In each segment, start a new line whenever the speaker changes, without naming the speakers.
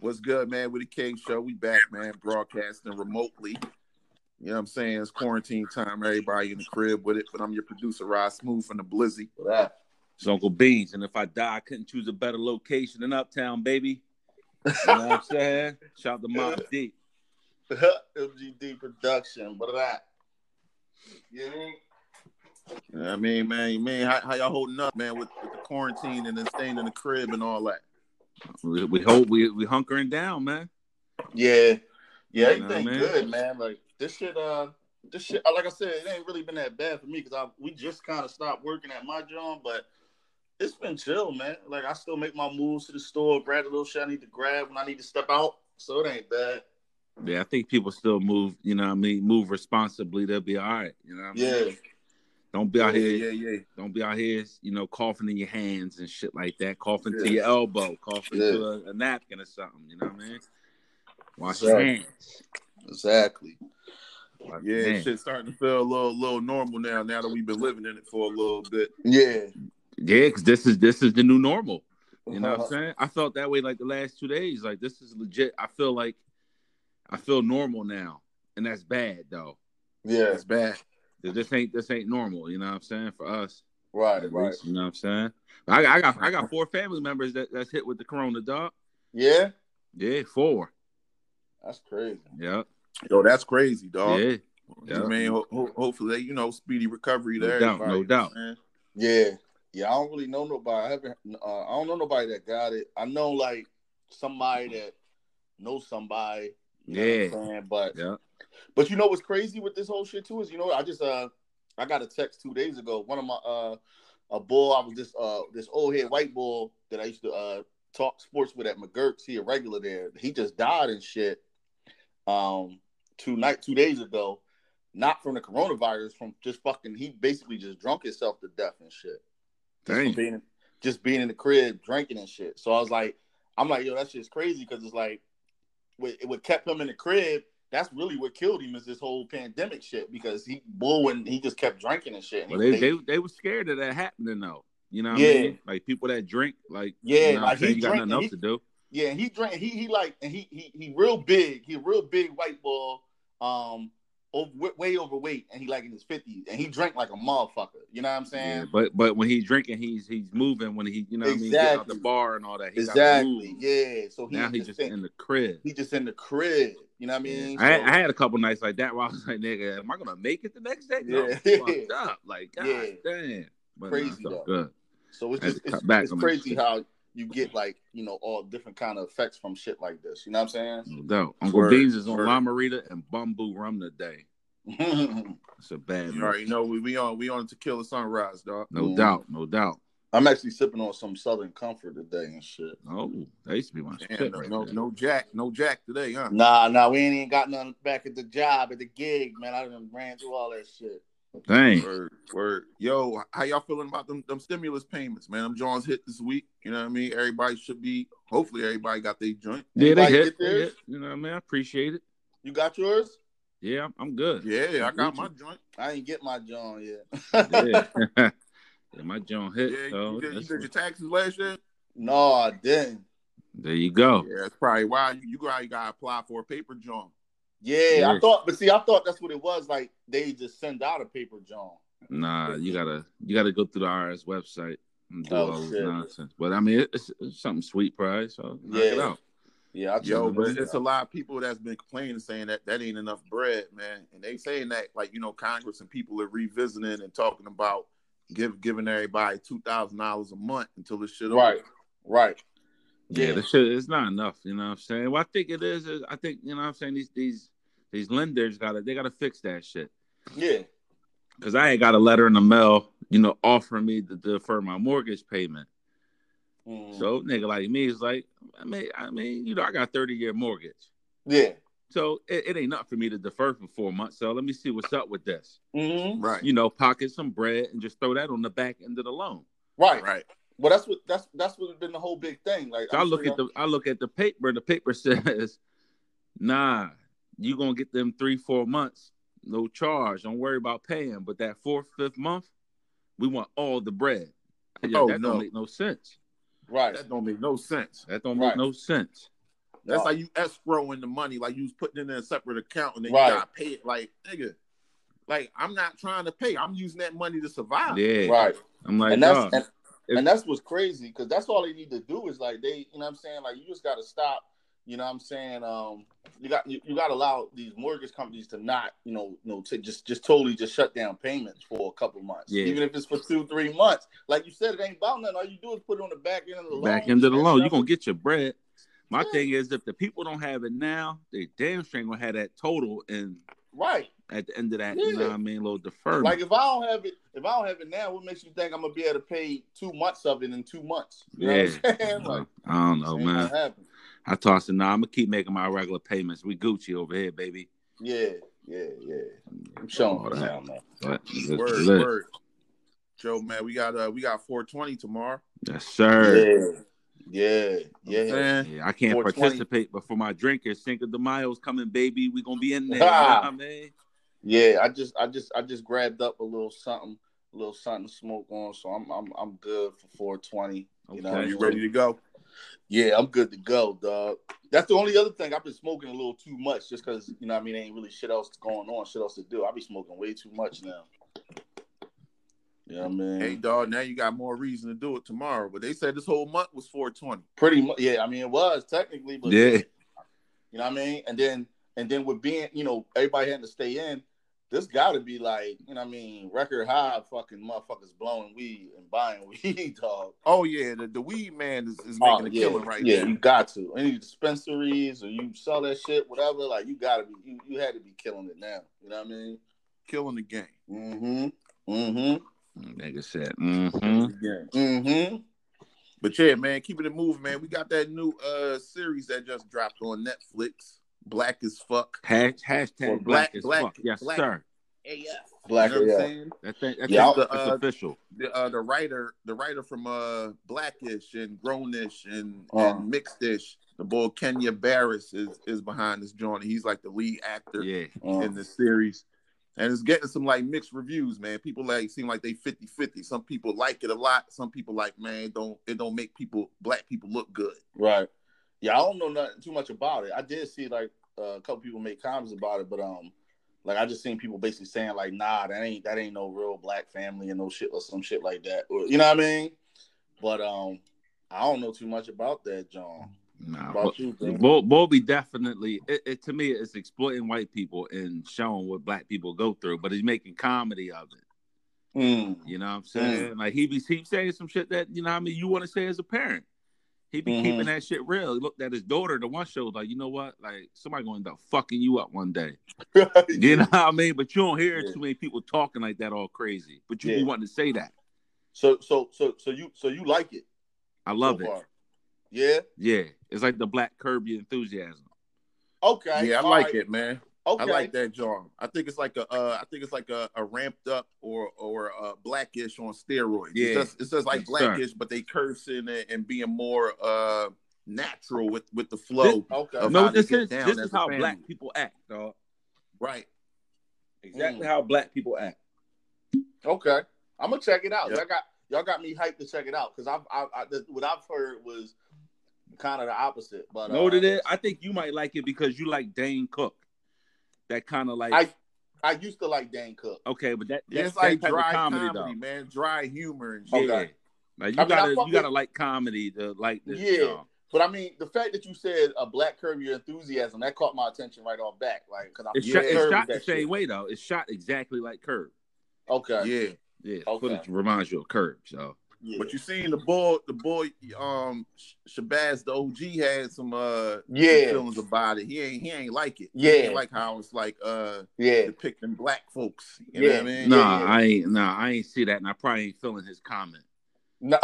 What's good, man? With the King Show, we back, man, broadcasting remotely. You know what I'm saying? It's quarantine time. Everybody in the crib with it. But I'm your producer, Rod Smooth from the Blizzy.
It's Uncle Beans, and if I die, I couldn't choose a better location than Uptown, baby. You know what I'm saying? Shout out to Mob D.
MGD production, but that. You know what I mean?
You know what I mean, man? You mean how, how y'all holding up, man, with, with the quarantine and then staying in the crib and all that?
We, we hope we we hunkering down, man.
Yeah, yeah,
You know
everything
what I mean?
good, man. Like this shit, uh, this shit. uh, Like I said, it ain't really been that bad for me because I we just kind of stopped working at my job, but it's been chill, man. Like I still make my moves to the store, grab the little shit I need to grab when I need to step out, so it ain't bad.
Yeah, I think people still move. You know, what I mean, move responsibly. They'll be all right. You know, what I mean?
Yeah,
Don't be out here.
yeah, yeah, yeah.
Don't be out here. You know, coughing in your hands and shit like that. Coughing to
Yeah.
your elbow. Coughing
Yeah.
to a, a napkin or something. You know what I mean? Wash your
Exactly.
hands.
exactly.
Wash your
Yeah,
hands.
shit's starting to feel a little, little normal now. Now that we've been living in it for a little bit.
Yeah,
Yeah, because this is this is the new normal. You know what
Uh-huh.
I'm saying? I felt that way like the last two days. Like this is legit. I feel like I feel normal now, and that's bad though.
Yeah,
It's bad.
'Cause This ain't this ain't normal. You know what I'm saying? For us,
right,
at
right.
least, you know what I'm saying? I, I got I got four family members that, that's hit with the corona dog.
Yeah,
Yeah, four.
that's crazy.
Yeah,
Yo, that's crazy, dog.
yeah.
You know, man, ho- ho- hopefully, you know, speedy recovery
No
there.
doubt, no doubt.
Yeah, yeah. I don't really know nobody. I haven't. Uh, I don't know nobody that got it. I know like somebody that knows somebody. You
Yeah.
Know what I'm saying? But
Yeah.
but you know what's crazy with this whole shit too is you know I just uh I got a text two days ago. One of my uh a bull I was this uh this old head white bull that I used to uh talk sports with at McGurk's. He a regular there. He just died and shit. Um, two night two days ago. Not from the coronavirus, from just fucking. He basically just drunk himself to death and shit just from
Dang.
being just being in the crib drinking and shit. So I was like, I'm like, yo, that's just crazy because it's like what, what kept him in the crib. That's really what killed him is this whole pandemic shit because he bull and he just kept drinking and shit. And
Well,
he-
they, they they were scared of that happening though. You know what I
Yeah.
mean? Like people that drink, like
Yeah,
you know what I'm
like, he
saying? you got
drink-
nothing else
he-
to do.
yeah, and he drank. He he like and he he he real big. He a real big white bull. Um, over, way overweight, and he like in his fifties, and he drank like a motherfucker. You know what I'm saying?
Yeah, but but when he's drinking, he's he's moving. When he you know what I mean, get out the
Exactly.
bar and all that. He gotta
exactly.
move.
Yeah. So he
Now
just,
he's just
think-
in the crib.
he just in the crib. You know what I mean?
I, had,
So-
I had a couple nights like that where I was like, nigga, am I gonna make it the next day? No,
Yeah.
I'm fucked up. Like, god
Yeah.
damn. But
Crazy,
nah, it's all
though.
good.
So it's
Had
just
to cut
it's,
back
it's
on that
crazy
shit.
how you get like you know all different kind of effects from shit like this. You know what I'm
No doubt. Uncle
Word,
Beans is on
word.
La Marita and Bamboo Rum today.
saying?
It's a bad
Mm-hmm. You
move.
already know we, we on we on Tequila Sunrise, dog. Mm-hmm.
No
Mhm.
doubt, no doubt.
I'm actually sipping on some Southern Comfort today and shit.
Oh, that used to be my
Damn,
shit
no,
right
no,
there.
no Jack, no Jack today, huh?
Nah, nah, we ain't even got nothing back at the job at the gig, man. I done ran through all that shit.
Dang.
Word, word. Yo, how y'all feeling about them, them stimulus payments, man? Them Johns hit this week. You know what I mean? Everybody should be. Hopefully, everybody got their joint.
Yeah, they
Anybody
hit,
get
they
theirs?
hit. You know what I mean? I appreciate it.
You got yours?
Yeah, I'm, I'm good.
Yeah, I got my joint.
I ain't get my John yet.
Yeah. yeah, my John
Yeah,
hit. so
you did, you
oh, that's-
did your taxes last year.
no, I didn't.
there you go.
Yeah, that's probably why you, you got you got to apply for a paper joint.
Yeah,
Yeah.
I thought, but see, I thought that's what it was. Like they just send out a paper John.
Nah, you gotta you gotta go through the IRS website and do
Oh,
all this
shit.
nonsense. But I mean, it's, it's something sweet, probably. So knock it
Yeah.
out.
Yeah, I
Yo,
checked
but
it
it's a
out.
lot of people that's been complaining saying that that ain't enough bread, man. And they saying that like you know Congress and people are revisiting and talking about give giving everybody two thousand dollars a month until this shit over.
right, right.
Yeah,
Yeah.
this shit is not enough. You know what I'm saying? Well, I think it is. is I think you know what I'm saying these these these lenders gotta they gotta fix that shit.
Yeah,
Cause I ain't got a letter in the mail, you know, offering me to defer my mortgage payment.
Mm.
So nigga like me is like, I mean, I mean, you know, I got 30 year mortgage.
yeah.
So it, it ain't nothing for me to defer for four months. So let me see what's up with this.
hmm
Right,
You know, pocket some bread and just throw that on the back end of the loan.
Right.
right.
Well, that's what that's that's what been the whole big thing. Like
So I look at the I look at the paper and the paper says, nah, you gonna get them three, four months, no charge. Don't worry about paying. But that fourth, fifth month, we want all the bread. Yeah,
Oh,
that
no.
don't make no sense.
right.
That don't make no sense.
That don't
Right.
make no sense.
That's
Wow.
like you escrowing the money, like you was putting it in a separate account and then
Right.
you gotta pay it. Like, nigga, like I'm not trying to pay. I'm using that money to survive.
Yeah,
Right.
I'm like,
and that's
dog,
and,
if-
and that's what's crazy because that's all they need to do is like they you know what i'm saying like you just got to stop you know what i'm saying um you got you, you got to allow these mortgage companies to not you know you know to just just totally just shut down payments for a couple months
Yeah.
even if it's for two three months like you said it ain't about nothing all you do is put it on the back end of the loan
back into the
and
loan. You're
stuff.
gonna get your bread. My
Yeah.
thing is if the people don't have it now, they damn sure ain't gonna have that total and
right
at the end of that, you know
Yeah.
what I mean, little deferment.
like if i don't have it if i don't have it now what makes you think i'm gonna be able to pay two months of it in two months you know what i'm saying like
I don't know,
ain't gonna
man.
happen.
I tossed it. Nah, I'm gonna keep making my regular payments. We Gucci over here, baby.
yeah yeah yeah i'm showing
All
you
that.
now man
But that's,
Word,
that's it.
word. Joe, man, we got uh we got 420 tomorrow.
Yes, sir.
Yeah,
You know what I'm
yeah,
saying?
Yeah, I can't
420.
participate, but for my drinkers, Cinco de Mayo's coming, baby. We gonna be in there.
Ah.
You know what I mean?
yeah. I just, I just, I just grabbed up a little something, a little something to smoke on, so I'm, I'm, I'm good for 420. You know,
Okay.
what I'm
You
saying?
ready to go?
Yeah, I'm good to go, dog. That's the only other thing I've been smoking a little too much, just because you know, what I mean, there ain't really shit else going on, shit else to do. I be smoking way too much now. Yeah, I man.
Hey dog, now you got more reason to do it tomorrow. But they said this whole month was 420.
Pretty much, yeah. I mean, it was technically, but
Yeah.
You know what I mean? And then and then with being, you know, everybody having to stay in, this gotta be like, you know what I mean, record high fucking motherfuckers blowing weed and buying weed, dog.
Oh yeah, the, the weed man is, is making
Oh,
a
yeah,
killing right
yeah,
now.
you got to. Any dispensaries or you sell that shit, whatever, like you gotta be you, you had to be killing it now. You know what I mean?
Killing the game.
Mm-hmm. Mm-hmm.
Nigga said, mm-hmm.
Yeah.
Mm-hmm.
But yeah, man, keeping it moving, man. We got that new uh series that just dropped on Netflix, Black as Fuck.
Hash, hashtag
Or
black,
black-
as
black-
fuck. Yes,
black-
sir.
Black
you know what I'm
yeah.
saying?
That thing, that
Yeah,
thing
I'll-
it's
uh,
official.
The uh, the writer, the writer from uh Blackish and Grownish and,
Uh-huh.
and Mixedish, the boy Kenya Barris is is behind this joint. He's like the lead actor
Yeah.
Uh,
in this series. And it's getting some like mixed reviews, man. People like seem like they 50-50. Some people like it a lot. Some people like, man, it don't it don't make people black people look good.
Right. Yeah, I don't know nothing too much about it. I did see like uh, a couple people make comments about it, but um, like I just seen people basically saying like, nah, that ain't that ain't no real black family and no shit or some shit like that. Or, you know what I mean? But um, I don't know too much about that, John.
Nah,
About you, John?
Bo- Bobby definitely, it, it, to me, it's exploiting white people and showing what black people go through, but he's making comedy of it.
Mm.
You know what I'm saying? Like he be he saying some shit that you know what I mean you want to say as a parent. He be
Mm-hmm.
Mhm.
keeping that shit real. He looked at his daughter the one show like you know what like somebody gonna end up fucking you up one day. You know what I mean? But you don't hear
Yeah.
too many people talking like that all crazy. But you be
Yeah.
wanting to say that.
So so so so you so you like it?
I
so
love it.
far. Yeah.
Yeah, it's like the black Curb Your enthusiasm.
Okay.
yeah, I
All
like
right.
it, man.
Okay.
I like that genre. I think it's like a, uh, I think it's like a, a ramped up or or uh blackish on steroids.
Yeah.
It's just, it's just like
Yes, sir.
blackish, but they cursing and, and being more uh natural with with the flow.
Okay.
Of
No,
how they
this
get
is
down
this
as
is
a
how
family.
black people act, dog.
Right.
Exactly
Mm.
how black people act.
Okay, I'm gonna check it out.
Yep.
Y'all got y'all got me hyped to check it out because I've I, I, the, what I've heard was kind of the opposite. But
know what
uh,
it is? I think you might like it because you like Dane Cook. That kind of like
I I used to like Dan Cook.
okay, but that,
Yeah,
that's
it's like
that type
dry
of comedy,
comedy,
though.
man. Dry humor and shit.
Okay.
Yeah. Like you
I mean, I
gotta
fuck
you gotta
with-
like comedy to like this.
Yeah.
y'all.
But I mean, the fact that you said a black curb your enthusiasm that caught my attention right off back, like because I
It's
fuck
shot,
with
it's
Curb
shot the
with that
same
shit.
way though. It's shot exactly like Curb.
Okay, yeah.
Yeah.
Yeah,
Okay.
footage reminds you of Curb. So
yeah,
But you seen the boy, the boy, um, Sh- Shabazz, the OG had some uh
Yeah.
feelings about it. He ain't he ain't like it.
Yeah.
he ain't like how it's like uh
yeah,
depicting black folks. You know what I mean?
Yeah,
nah,
yeah.
I ain't nah, I ain't see that, and I probably ain't feeling his comment.
no,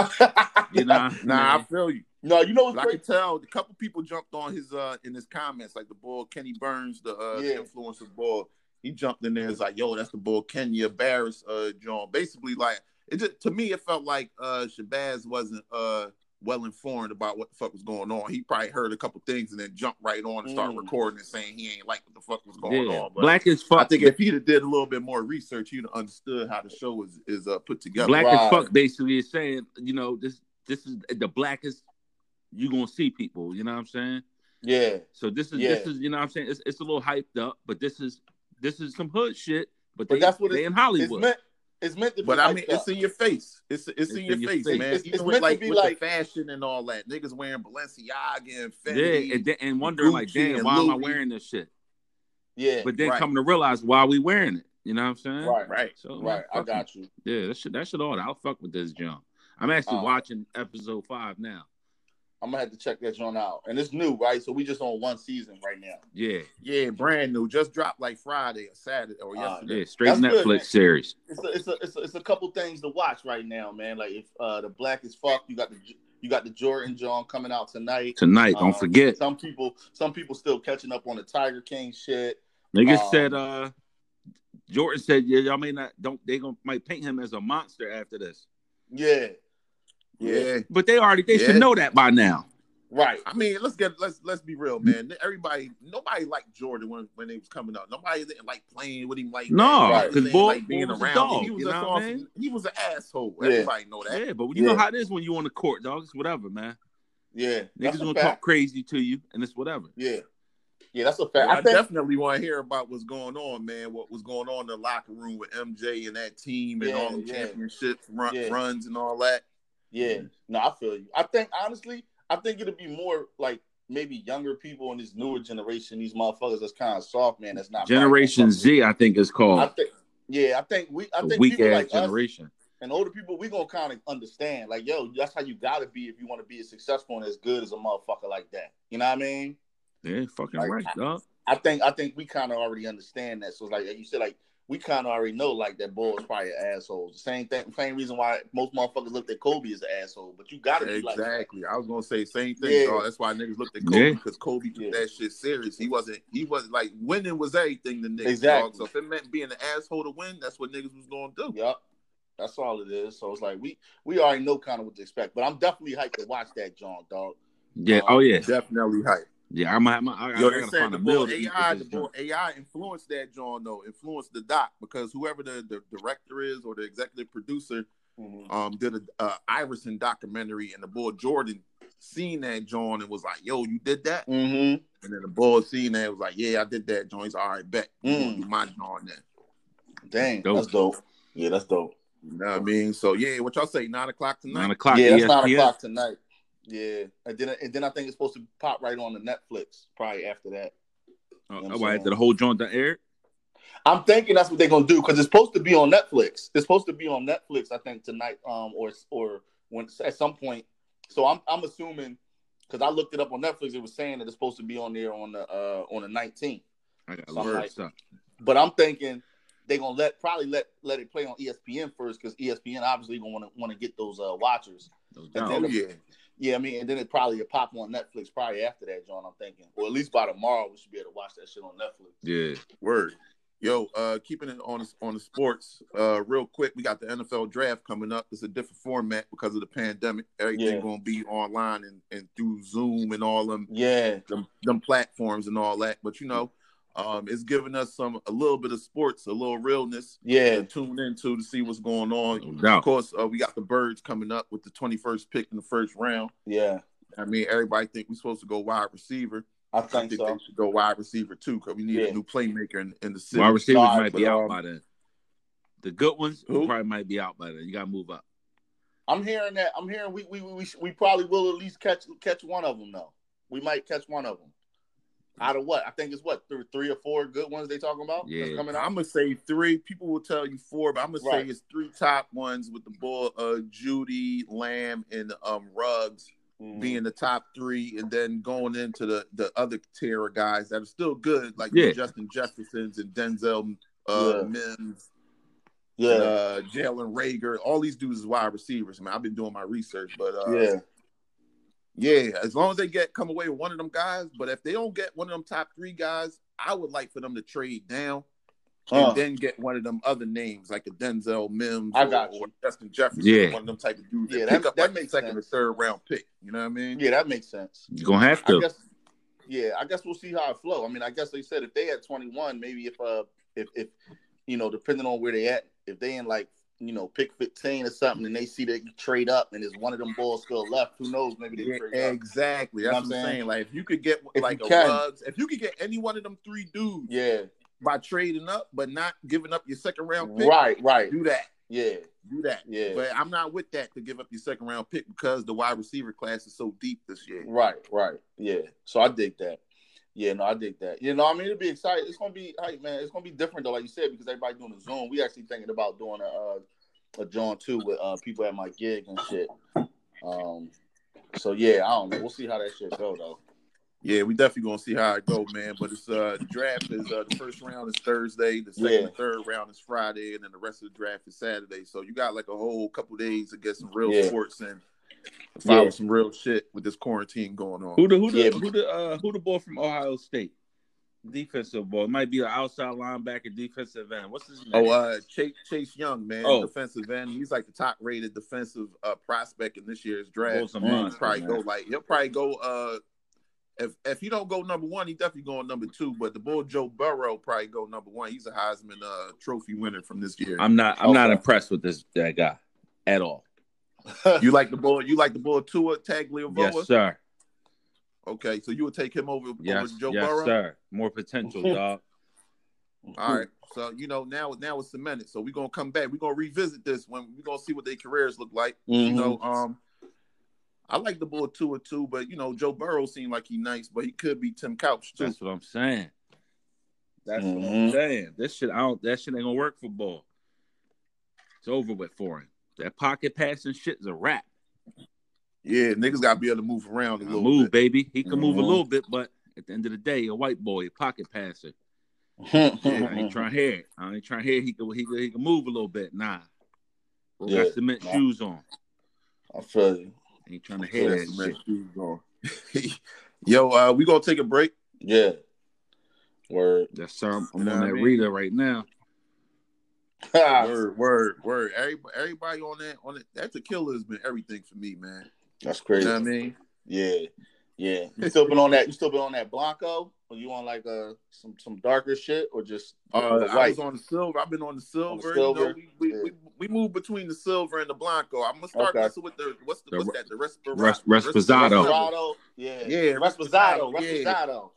You know,
Nah, I feel you.
no, you know
But
what's
I can
crazy?
tell a couple people jumped on his uh in his comments, like the boy Kenny Burns, the uh
Yeah.
influencer boy. He jumped in there and was like, yo, that's the boy Kenya Barris uh John. Basically, like it just to me, it felt like uh Shabazz wasn't uh well informed about what the fuck was going on. He probably heard a couple things and then jumped right on and started
Mm.
recording and saying he ain't like what the fuck was going
yeah,
on. But
black as
I
fuck.
think if he'd have did a little bit more research, he'd have understood how the show is is uh, put together.
black as
Right.
fuck basically is saying, you know, this this is the blackest you gonna see people. You know what I'm saying?
Yeah.
So this is
Yeah.
this is you know what I'm saying it's, it's a little hyped up, but this is this is some hood shit. But,
But
they,
that's what
they
it's-
in
It's
Hollywood.
meant it's meant to be
But I mean,
hyped up.
it's in your face. It's it's, in your face, man.
It's-
Even
it's
with,
meant to
like
be
with
like-
the fashion and all that, niggas wearing Balenciaga and Fendi.
yeah, and, then- and wondering like,
Gucci
damn,
and
why am I
Louis.
wearing this shit?
yeah.
But then
Right.
coming to realize why we wearing it. You know what I'm saying?
right. Right.
right.
So
Right. I
fuck it.
got you.
Yeah, that shit that shit all. I'll fuck with this jump. I'm actually
Oh.
watching episode five now.
I'm gonna have to check that joint out. And it's new, right? So we just on one season right now.
Yeah,
Yeah, brand new. Just dropped like Friday or Saturday or
Ah,
yesterday.
yeah, straight
That's
Netflix
good, man.
series.
It's a, it's a it's a, it's a couple things to watch right now, man. Like if uh the black is fuck, you got the you got the Jordan John coming out tonight.
Tonight,
Um,
don't forget.
Some people some people still catching up on the Tiger King shit.
Nigga
um,
said uh Jordan said yeah, y'all may not don't they gonna might paint him as a monster after this.
Yeah.
Yeah.
But they already they should
Yeah.
know that by now.
Right.
I mean, let's get let's let's be real, man. Everybody, nobody liked Jordan when when he was coming up. Nobody didn't like playing with him like that.
No,
Nobody
'cause
didn't
boy-
like being
boy was a
around.
dog,
him. he was
you
just
know what
off-
I mean?
he was an asshole.
Yeah.
Everybody know that.
Yeah, but you know
Yeah.
how it is when you on the court, dog. It's whatever, man.
Yeah.
Niggas
That's a
gonna
fact.
talk crazy to you and it's whatever.
Yeah. Yeah, that's a
But
fact.
I,
I think
definitely want to hear about what's going on, man. What was going on in the locker room with MJ and that team and
Yeah,
all the
yeah.
championships run,
Yeah.
runs and all that.
Yeah, no, I feel you. I think honestly, I think it'll be more like maybe younger people in this newer generation, these motherfuckers that's kind of soft, man. That's not
Generation
Z.
Z, I think is called
I think, yeah, I think we, I
the
think
Oh. weak
people
ass
like us
generation.
and older people, we gonna kind of understand, like, yo, that's how you gotta be if you want to be as successful and as good as a motherfucker like that. You know what I mean?
Yeah, fucking
Like,
right, dog.
I think, I think we kind of already understand that. So like you said, like we kind of already know, like that boy is probably an asshole. The same thing, same reason why most motherfuckers looked at Kobe as an asshole, but you gotta be like, that.
Exactly. I was gonna say same thing.
Yeah.
dog. That's why niggas looked at Kobe
Yeah.
because Kobe took
Yeah.
that shit serious. He wasn't. He wasn't like winning was everything. The niggas.
Exactly.
dog. So if it meant being an asshole to win, that's what niggas was gonna do.
Yep. That's all it is. So it's like we we already know kind of what to expect. But I'm definitely hyped to watch that John dog.
Yeah, oh yeah.
Definitely hype.
Yeah, I'm I'm I, I,
Yo,
I
they
gotta
said
find
the
a meal
boy
to eat
AI,
with
the
this
boy
junk.
AI influenced that John though, influenced the doc because whoever the, the director is or the executive producer um did a uh, Iverson documentary and the boy Jordan seen that John and was like, "Yo, you did that,"
Mm-hmm.
and then the boy seen that was like, "Yeah, I did that." John, he's all right, bet you
Mm.
gonna do my John then.
Dang.
Dope.
That's dope. Yeah, that's dope.
You know what I mean? So yeah, what y'all say? Nine o'clock tonight.
Nine o'clock.
yeah, that's nine
ESPN.
o'clock tonight. Yeah. And then and then I think it's supposed to pop right on the Netflix probably after that.
Oh,
You know what
oh,
I'm
why,
saying?
after the whole joint done aired.
I'm thinking that's what they're gonna do because it's supposed to be on Netflix. It's supposed to be on Netflix, I think, tonight, um, or or when at some point. So I'm I'm assuming because I looked it up on Netflix, it was saying that it's supposed to be on there on the uh on the 19th.
I got
Something
word
like-
stuff.
But I'm thinking they gonna let probably let let it play on E ESPN first E because ESPN obviously gonna want to want to get those uh watchers.
No doubt.
Oh yeah,
Yeah, I mean, and then it probably will pop on Netflix probably after that, John. I'm thinking, or at least by tomorrow we should be able to watch that shit on Netflix.
Yeah.
word. Yo, uh, keeping it on on the sports, uh, real quick, we got the NFL draft coming up. It's a different format because of the pandemic. Everything
Yeah.
gonna be online and, and through Zoom and all them
Yeah,
them them platforms and all that. But you know, um, it's giving us some a little bit of sports, a little realness
yeah,
to tune into to see what's going on.
No
Of
doubt.
course, uh, we got the birds coming up with the twenty first pick in the first round.
yeah.
I mean, everybody think we're supposed to go wide receiver.
I
I think
think so.
they should go wide receiver too, because we need
Yeah.
a new playmaker in, in the city.
Wide receivers
Sorry,
might be
but,
out
um,
by then. The good ones
Who?
probably might be out by then. You gotta move up.
I'm hearing that. I'm hearing we we we we, sh- we probably will at least catch catch one of them though. We might catch one of them. Out of what? I think it's what three, three or four good ones they talking about. that's
Yeah.
coming out.
I'm gonna say three. People will tell you four, but I'm gonna
Right.
say it's three top ones with the boy uh, Judy Lamb and um Ruggs
Mm-hmm.
being the top three, and then going into the the other tier of guys that are still good, like
Yeah.
Justin Jefferson's and Denzel uh,
Yeah.
Mims,
yeah,
and, uh, Jalen Rager. All these dudes is wide receivers. Man, I've been doing my research, but uh,
yeah,
Yeah, as long as they get come away with one of them guys, but if they don't get one of them top three guys, I would like for them to trade down
Huh.
and then get one of them other names like a Denzel Mims
I got
or,
you.
or Justin Jefferson,
Yeah.
one of them type of dudes.
Yeah,
Yeah,
that-
pick up
that
like
makes
a second
sense.
or third round pick. You know what I mean?
yeah. That makes sense.
You're gonna have
I
to.
guess. Yeah, I guess we'll see how it flow. I mean, I guess they said if they had 21, maybe if uh if if you know depending on where they at, if they in like you know, pick 15 or something, and they see they trade up, and there's one of them balls still left. Who knows? Maybe they
Yeah,
trade up.
exactly.
You know
That's
what
what
I'm
I'm
saying?
saying. Like if you could get
If
like
you
a
can.
Ruggs, if you could get any one of them three dudes
Yeah,
by trading up, but not giving up your second round pick,
right, right.
do that.
Yeah,
Do that.
yeah,
But I'm not with that to give up your second round pick because the wide receiver class is so deep this year.
right, right. Yeah. So I dig that. Yeah, no, I dig that. You know, I mean, it'll be exciting. It's gonna be, hype, man. It's gonna be different though, like you said, because everybody doing a Zoom. We actually thinking about doing a uh, a John too with uh, people at my gig and shit. Um, so yeah, I don't know. We'll see how that shit go though.
Yeah, we definitely gonna see how it go, man. But it's uh the draft is uh, the first round is Thursday, the second
Yeah.
and third round is Friday, and then the rest of the draft is Saturday. So you got like a whole couple days to get some real
Yeah.
sports and follow
Yeah.
some real shit with this quarantine going on.
Who the who the
Yeah.
who the uh, who the boy from Ohio State? Defensive boy. It might be an outside linebacker, defensive end. What's his name?
Oh, uh, Chase, Chase Young, man,
Oh.
defensive end. He's like the top rated defensive uh, prospect in this year's draft.
Boy's a
Man, he'll
monster,
probably
man.
go like he'll probably go. Uh, if if he don't go number one, he definitely going number two. But the bull Joe Burrow probably go number one. He's a Heisman uh, Trophy winner from this year.
I'm not I'm not
Okay.
impressed with this that guy at all.
you like the bull? You like the bull Tua Tagliavoa?
Yes, sir.
Okay, so you would take him over,
Yes,
over Joe
yes,
Burrow.
sir. More potential, dog.
All right. So you know now now it's cemented. So we're gonna come back. We're gonna revisit this when we're gonna see what their careers look like.
Mhm.
Mm-hmm.
You know, um I like the bull two or two, but you know, Joe Burrow seemed like he nice, but he could be Tim Couch too.
That's what I'm saying. That's what I'm
Mm-hmm.
Mhm.
saying. This shit, I don't. That shit ain't gonna work for ball. It's over with for him. That pocket passing shit is a wrap.
Yeah, niggas gotta be able to move around a little
move,
bit. Mm-hmm.
baby. He can move a
Mhm.
little bit, but at the end of the day, a white boy, a pocket passer. I
Mm-hmm.
ain't trying to hear it. I ain't trying to hear he can he can, he can move a little bit. Nah,
Yeah.
got cement
Nah.
shoes on.
I feel you.
ain't trying to
Yeah,
hear that
man.
shit.
Yo, uh, we gonna take a break.
Yeah. Word.
That's sir. I'm, I'm
You know
on
what
that
I mean?
reader right now.
Word, word, word. Everybody, everybody on that on it. That tequila has been everything for me, man.
That's
You
crazy.
know what I mean?
Yeah. Yeah. You still been on that you still been on that Blanco? Or you on like uh some some darker shit or just
Uh,
or
I was on the silver. I've been on the silver. You
silver,
know, we, we,
yeah.
we, we move between the silver and the blanco. I'm gonna start
Okay.
messing with the what's the,
The
what's
re-
that the respirato.
res- Reposado.
Respirado? Yeah.
Yeah,
Respirado.
yeah.
Respirado.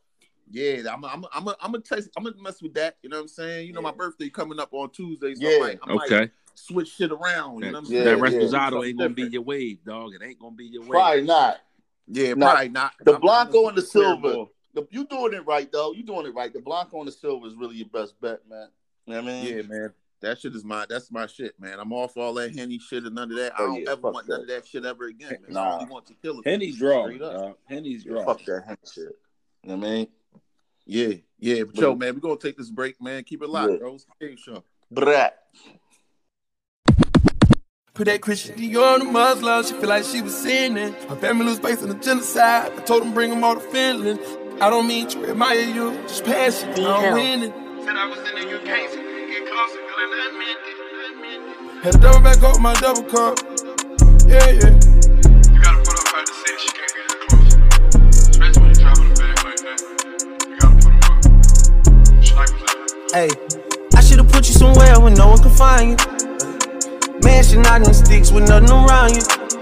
Yeah, I'm I'm I'm a, I'm gonna test. I'm gonna mess with that. You know what I'm saying? You know my
Yeah.
birthday coming up on Tuesday, so
Yeah.
I might I might
Okay,
switch shit around. You know what I'm
that,
Yeah,
saying?
that Reposado
Do
ain't gonna be
something different.
your wave, dog. It ain't gonna be your wave.
Probably not.
Yeah,
Nah,
probably not.
the
I'm- I'm gonna
Blanco and the
keep clear
silver.
ball.
The- You doing it right though. You doing it right. The Blanco and the silver is really your best bet, man. You know what I mean?
Yeah, man. That shit is my that's my shit, man. I'm off all that henny shit and none of that.
Oh,
I don't
yeah,
ever
fuck
want
that.
none of that shit ever again. Man. I
Nah.
only want tequila.
Henny's draw,
Straight up.
dog. Henny's
Yeah,
draw.
Fuck that hemp shit. You know what I mean?
Yeah, yeah. But
But-
yo, man, we're gonna take this break, man. Keep it locked,
Yeah.
bro. It's the King Show.
Brat.
Put that Christian Dior on the Muslim, she feel like she was sinning. Her family was based on the genocide. I told them bring them all to Finland. I don't mean to admire you, just passion. I'm winning. Said I was in the UK, so couldn't get closer, girl, and I meant it. I meant it. Had a double back up my double cup. Yeah, yeah. You gotta put up by the set, she can't get it close. Especially when you driving a bag like that. You gotta put up. She like
Hey, I should've put you somewhere where no one could find you. Mansion out in sticks with nothing around you.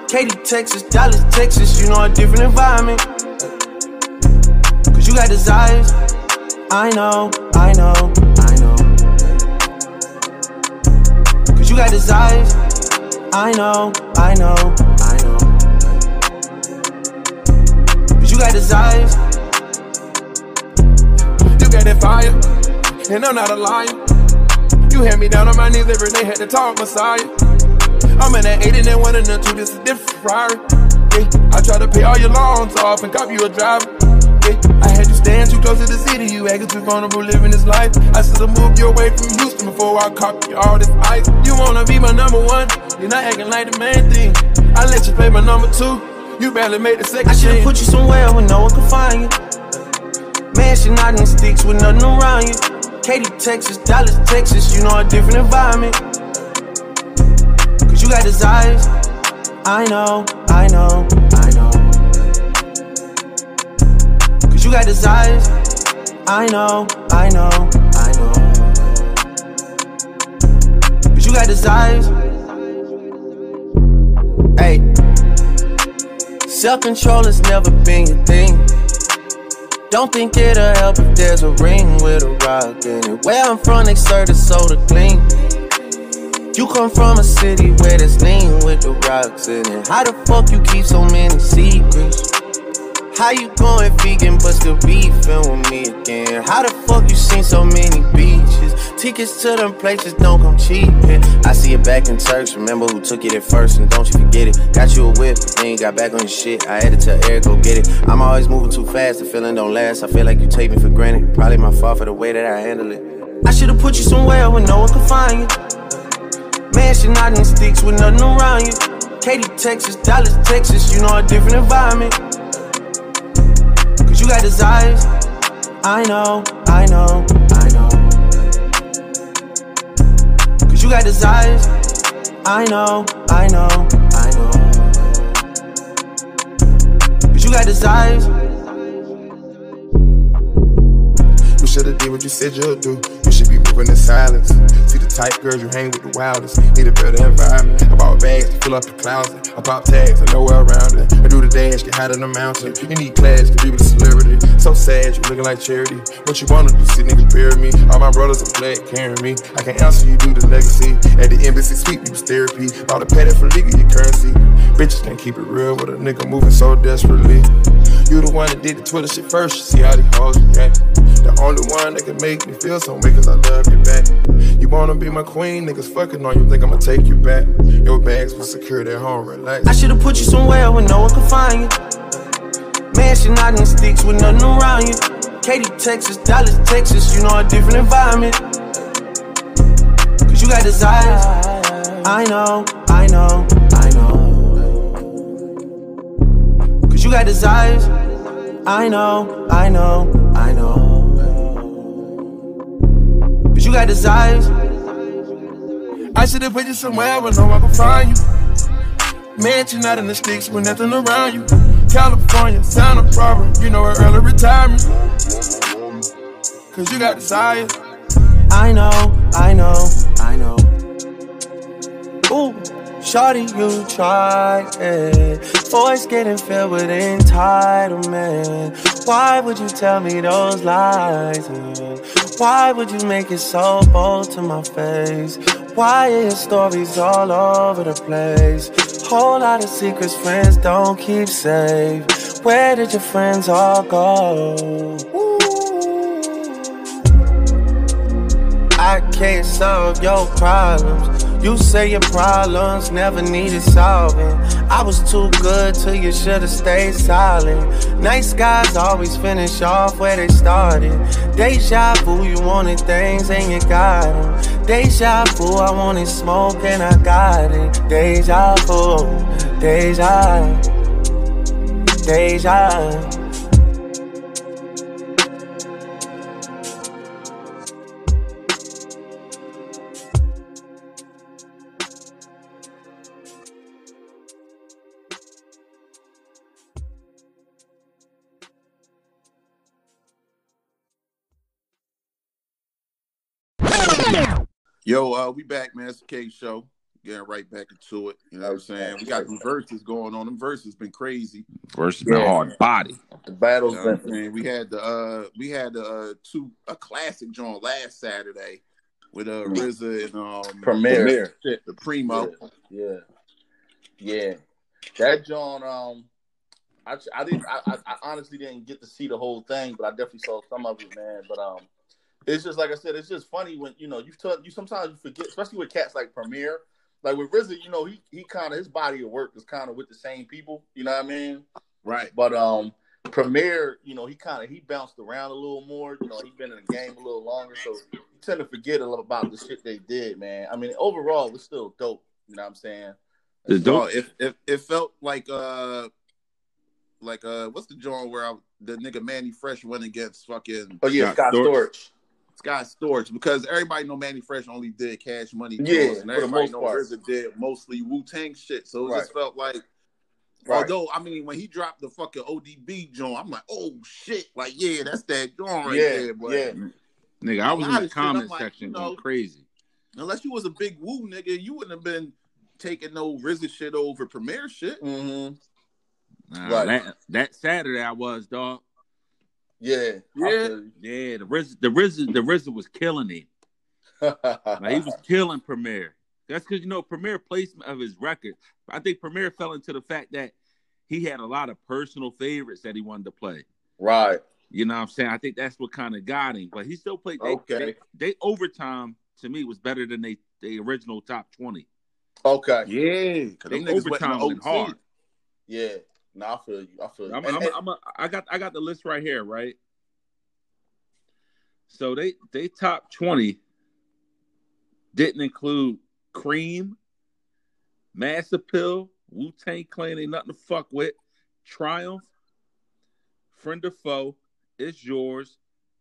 Katy, Texas, Dallas, Texas, you know a different environment. Cause you got desires. I know, I know, I know. Cause you got desires. I know, I know, I know. Cause you got desires.
You got that fire, and I'm not a liar. You had me down on my knees every day, had to talk Messiah. I'm in that eight and that one and the two, this is different Ferrari. Yeah, I try to pay all your loans off and cop you a driver. Yeah, I had you stand too close to the city, you acting too vulnerable living this life. I should've moved you away from Houston before I caught you all this ice. You wanna be my number one, you're not acting like the main thing. I let you play my number two, you barely made the
I
second
should've
team.
put you somewhere where no one could find you. Mansion out in sticks with nothing around you. Katy, Texas, Dallas, Texas, you know a different environment. Cause you got desires. I know, I know, I know. Cause you got desires. I know, I know, I know. Cause you got desires. Self control has never been your thing. Don't think it'll help if there's a ring with a rock in it. Where I'm from, they serve the soda clean. You come from a city where there's lean with the rocks in it. How the fuck you keep so many secrets? How you going vegan but still beefing with me again? How the fuck you seen so many beaches? Tickets to them places don't come cheap. and I see it back in Turks. Remember who took it at first and don't you forget it. Got you a whip, then you got back on your shit. I had to tell Eric go get it. I'm always moving too fast. The feeling don't last. I feel like you take me for granted. Probably my fault for the way that I handle it. I should've put you somewhere where no one could find you. Mansion out in the sticks with nothing around you. Katy, Texas, Dallas, Texas. You know a different environment. Cause you got desires. I know, I know, I know. Cause you got desires. I know, I know, I know. Cause you got desires.
You should've did what you said you'll do. You should be moving in silence. See the type girls you hang with the wildest. Need a better environment. I bought bags to fill up the closet. I pop tags, I know where around it. I do the dash, get high than a mountain. You need class to be with a celebrity. So sad, you looking like charity. What you wanna do, see niggas bury me. All my brothers are black, carrying me. I can answer you, do the legacy. At the embassy suite, we was therapy. Bought a petty for legal, your currency. Bitches can't keep it real with a nigga moving so desperately. You the one that did the Twitter shit first. You see how these hoes react. The only one that can make me feel some way cause I love you back. You wanna be my queen, niggas fucking on you, think I'ma take you back. Your bags were secured at home, relax.
I should've put you somewhere where no one could find you. Mansion out in the sticks with nothing around you. Katy, Texas, Dallas, Texas, you know a different environment. Cause you got desires. I know, I know, I know. Cause you got desires. I know, I know, I know. Cause you got desires.
I should've put you somewhere where no one could find you. Mansion out in the sticks with nothing around you. California, sound a problem, you know, an early retirement. Cause you got desire.
I know, I know, I know. Ooh, shawty, you tried it. Voice getting filled with entitlement. Why would you tell me those lies? man? Why would you make it so bold to my face? Why are your stories all over the place? Whole lot of secrets friends don't keep safe. Where did your friends all go? I can't solve your problems. You say your problems never needed solving. I was too good till you should've stayed silent. Nice guys always finish off where they started. Deja vu, you wanted things and you got 'em. Deja vu, I wanted smoke and I got it. Deja vu, deja, deja.
Yo, uh, we back, man. It's the K show. Getting right back into it. You know what I'm saying? We got them verses going on. Them verses been crazy.
Versus
Yeah.
the hard body.
The
You
battle's
know what I'm
been
saying? We had the uh we had the uh two a classic joint last Saturday with uh RZA and um
Premier.
shit, the primo.
Mm. Yeah, yeah, yeah. That John, um, I I didn't, I, I, I honestly didn't get to see the whole thing, but I definitely saw some of it, man. But um, it's just like I said, it's just funny when you know you t- you sometimes you forget, especially with cats like Premier, like with RZA, you know he he kind of his body of work is kind of with the same people, you know what I mean?
Right.
But um, Premier, you know, he kind of he bounced around a little more. You know, he's been in the game a little longer, so you tend to forget a lot about the shit they did, man. I mean, overall, it was still dope. You know what I'm saying?
The
No,
dope.
it, it it felt like uh like uh what's the joint where I, the nigga Manny Fresh went against fucking
Oh yeah,
Scott
Scott Storch.
Scott Storch because everybody know Manny Fresh only did Cash Money
Yeah,
joints,
for
and
the
everybody
most
know
part.
RZA did mostly Wu Tang shit. So it
Right.
just felt like,
Oh,
Right.
although I mean, when he dropped the fucking ODB joint, I'm like, oh shit, like yeah, that's that joint right
yeah,
there. But
yeah,
Nigga, I was
a
in the
lot of shit, I'm
comment
like,
section
you know,
going crazy.
unless you was a big Wu nigga, you wouldn't have been taking no RZA shit over Premier shit.
hmm
Nah,
Right.
That, that Saturday I was dog.
Yeah. I
Yeah.
feel you.
Yeah, the RZA, the RZA, the RZA was killing it. Like, he was killing Premier. That's because you know Premier placement of his record. I think Premier fell into the fact that he had a lot of personal favorites that he wanted to play.
right.
You know what I'm saying? I think that's what kind of got him. But he still played. They,
Okay.
They, they overtime to me was better than they the original top twenty.
Okay.
Yeah, because
Mm, They
them niggas went
overtime went hard.
Yeah. No, I feel you. I feel you.
I'm,
And-
I'm,
and-
I'm a, I got I got the list right here, right? So they they top twenty didn't include Cream, Mass Appeal, Wu Tang Clan ain't nothing to fuck with, Triumph, Friend or Foe, It's Yours,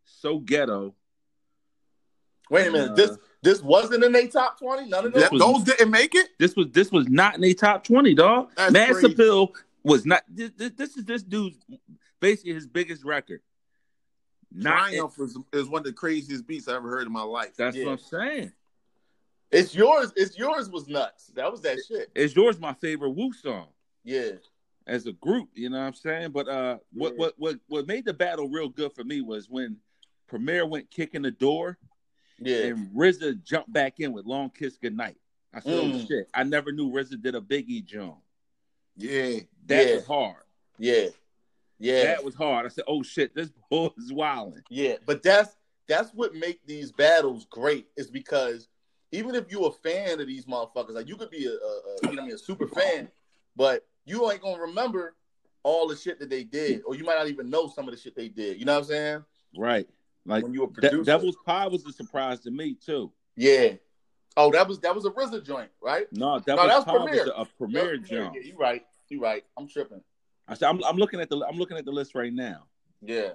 So Ghetto.
wait a minute.
uh,
this this wasn't in their top twenty. None of them.
This
That,
was-
those didn't make it.
This was this was not in a top twenty, dog.
That's
Mass
crazy.
Appeal was not. This, this, this is this dude's basically his biggest record. Not in-
Triumph is, is one of the craziest beats I ever heard in my life.
That's
Yeah.
what I'm saying.
It's yours. It's yours was nuts. That was that shit.
It's yours my favorite Wu song
Yeah.
as a group, you know what I'm saying? But uh what
Yeah.
what what what made the battle real good for me was when Premier went kicking the door
Yeah.
and RZA jumped back in with Long Kiss Goodnight. I said, oh
Mm.
shit, I never knew RZA did a Biggie jump.
Yeah,
That
Yeah.
was hard.
Yeah. Yeah.
That was hard. I said, oh shit, this bull is wilding.
Yeah, but that's that's what make these battles great is because even if you a fan of these motherfuckers, like you could be a, a, a you know what I mean, a super fan, but you ain't gonna remember all the shit that they did, or you might not even know some of the shit they did. You know what I'm saying?
Right. Like
when you were
De-
producer,
Devil's Pie was a surprise to me too.
yeah. Oh, that was that was a RZA joint, right?
No, Devil's
that was
Pie was
Premier.
a, a premier
Yeah,
jump.
Yeah, you right. You right. I'm tripping.
I said, I'm, I'm looking at the I'm looking at the list right now.
Yeah.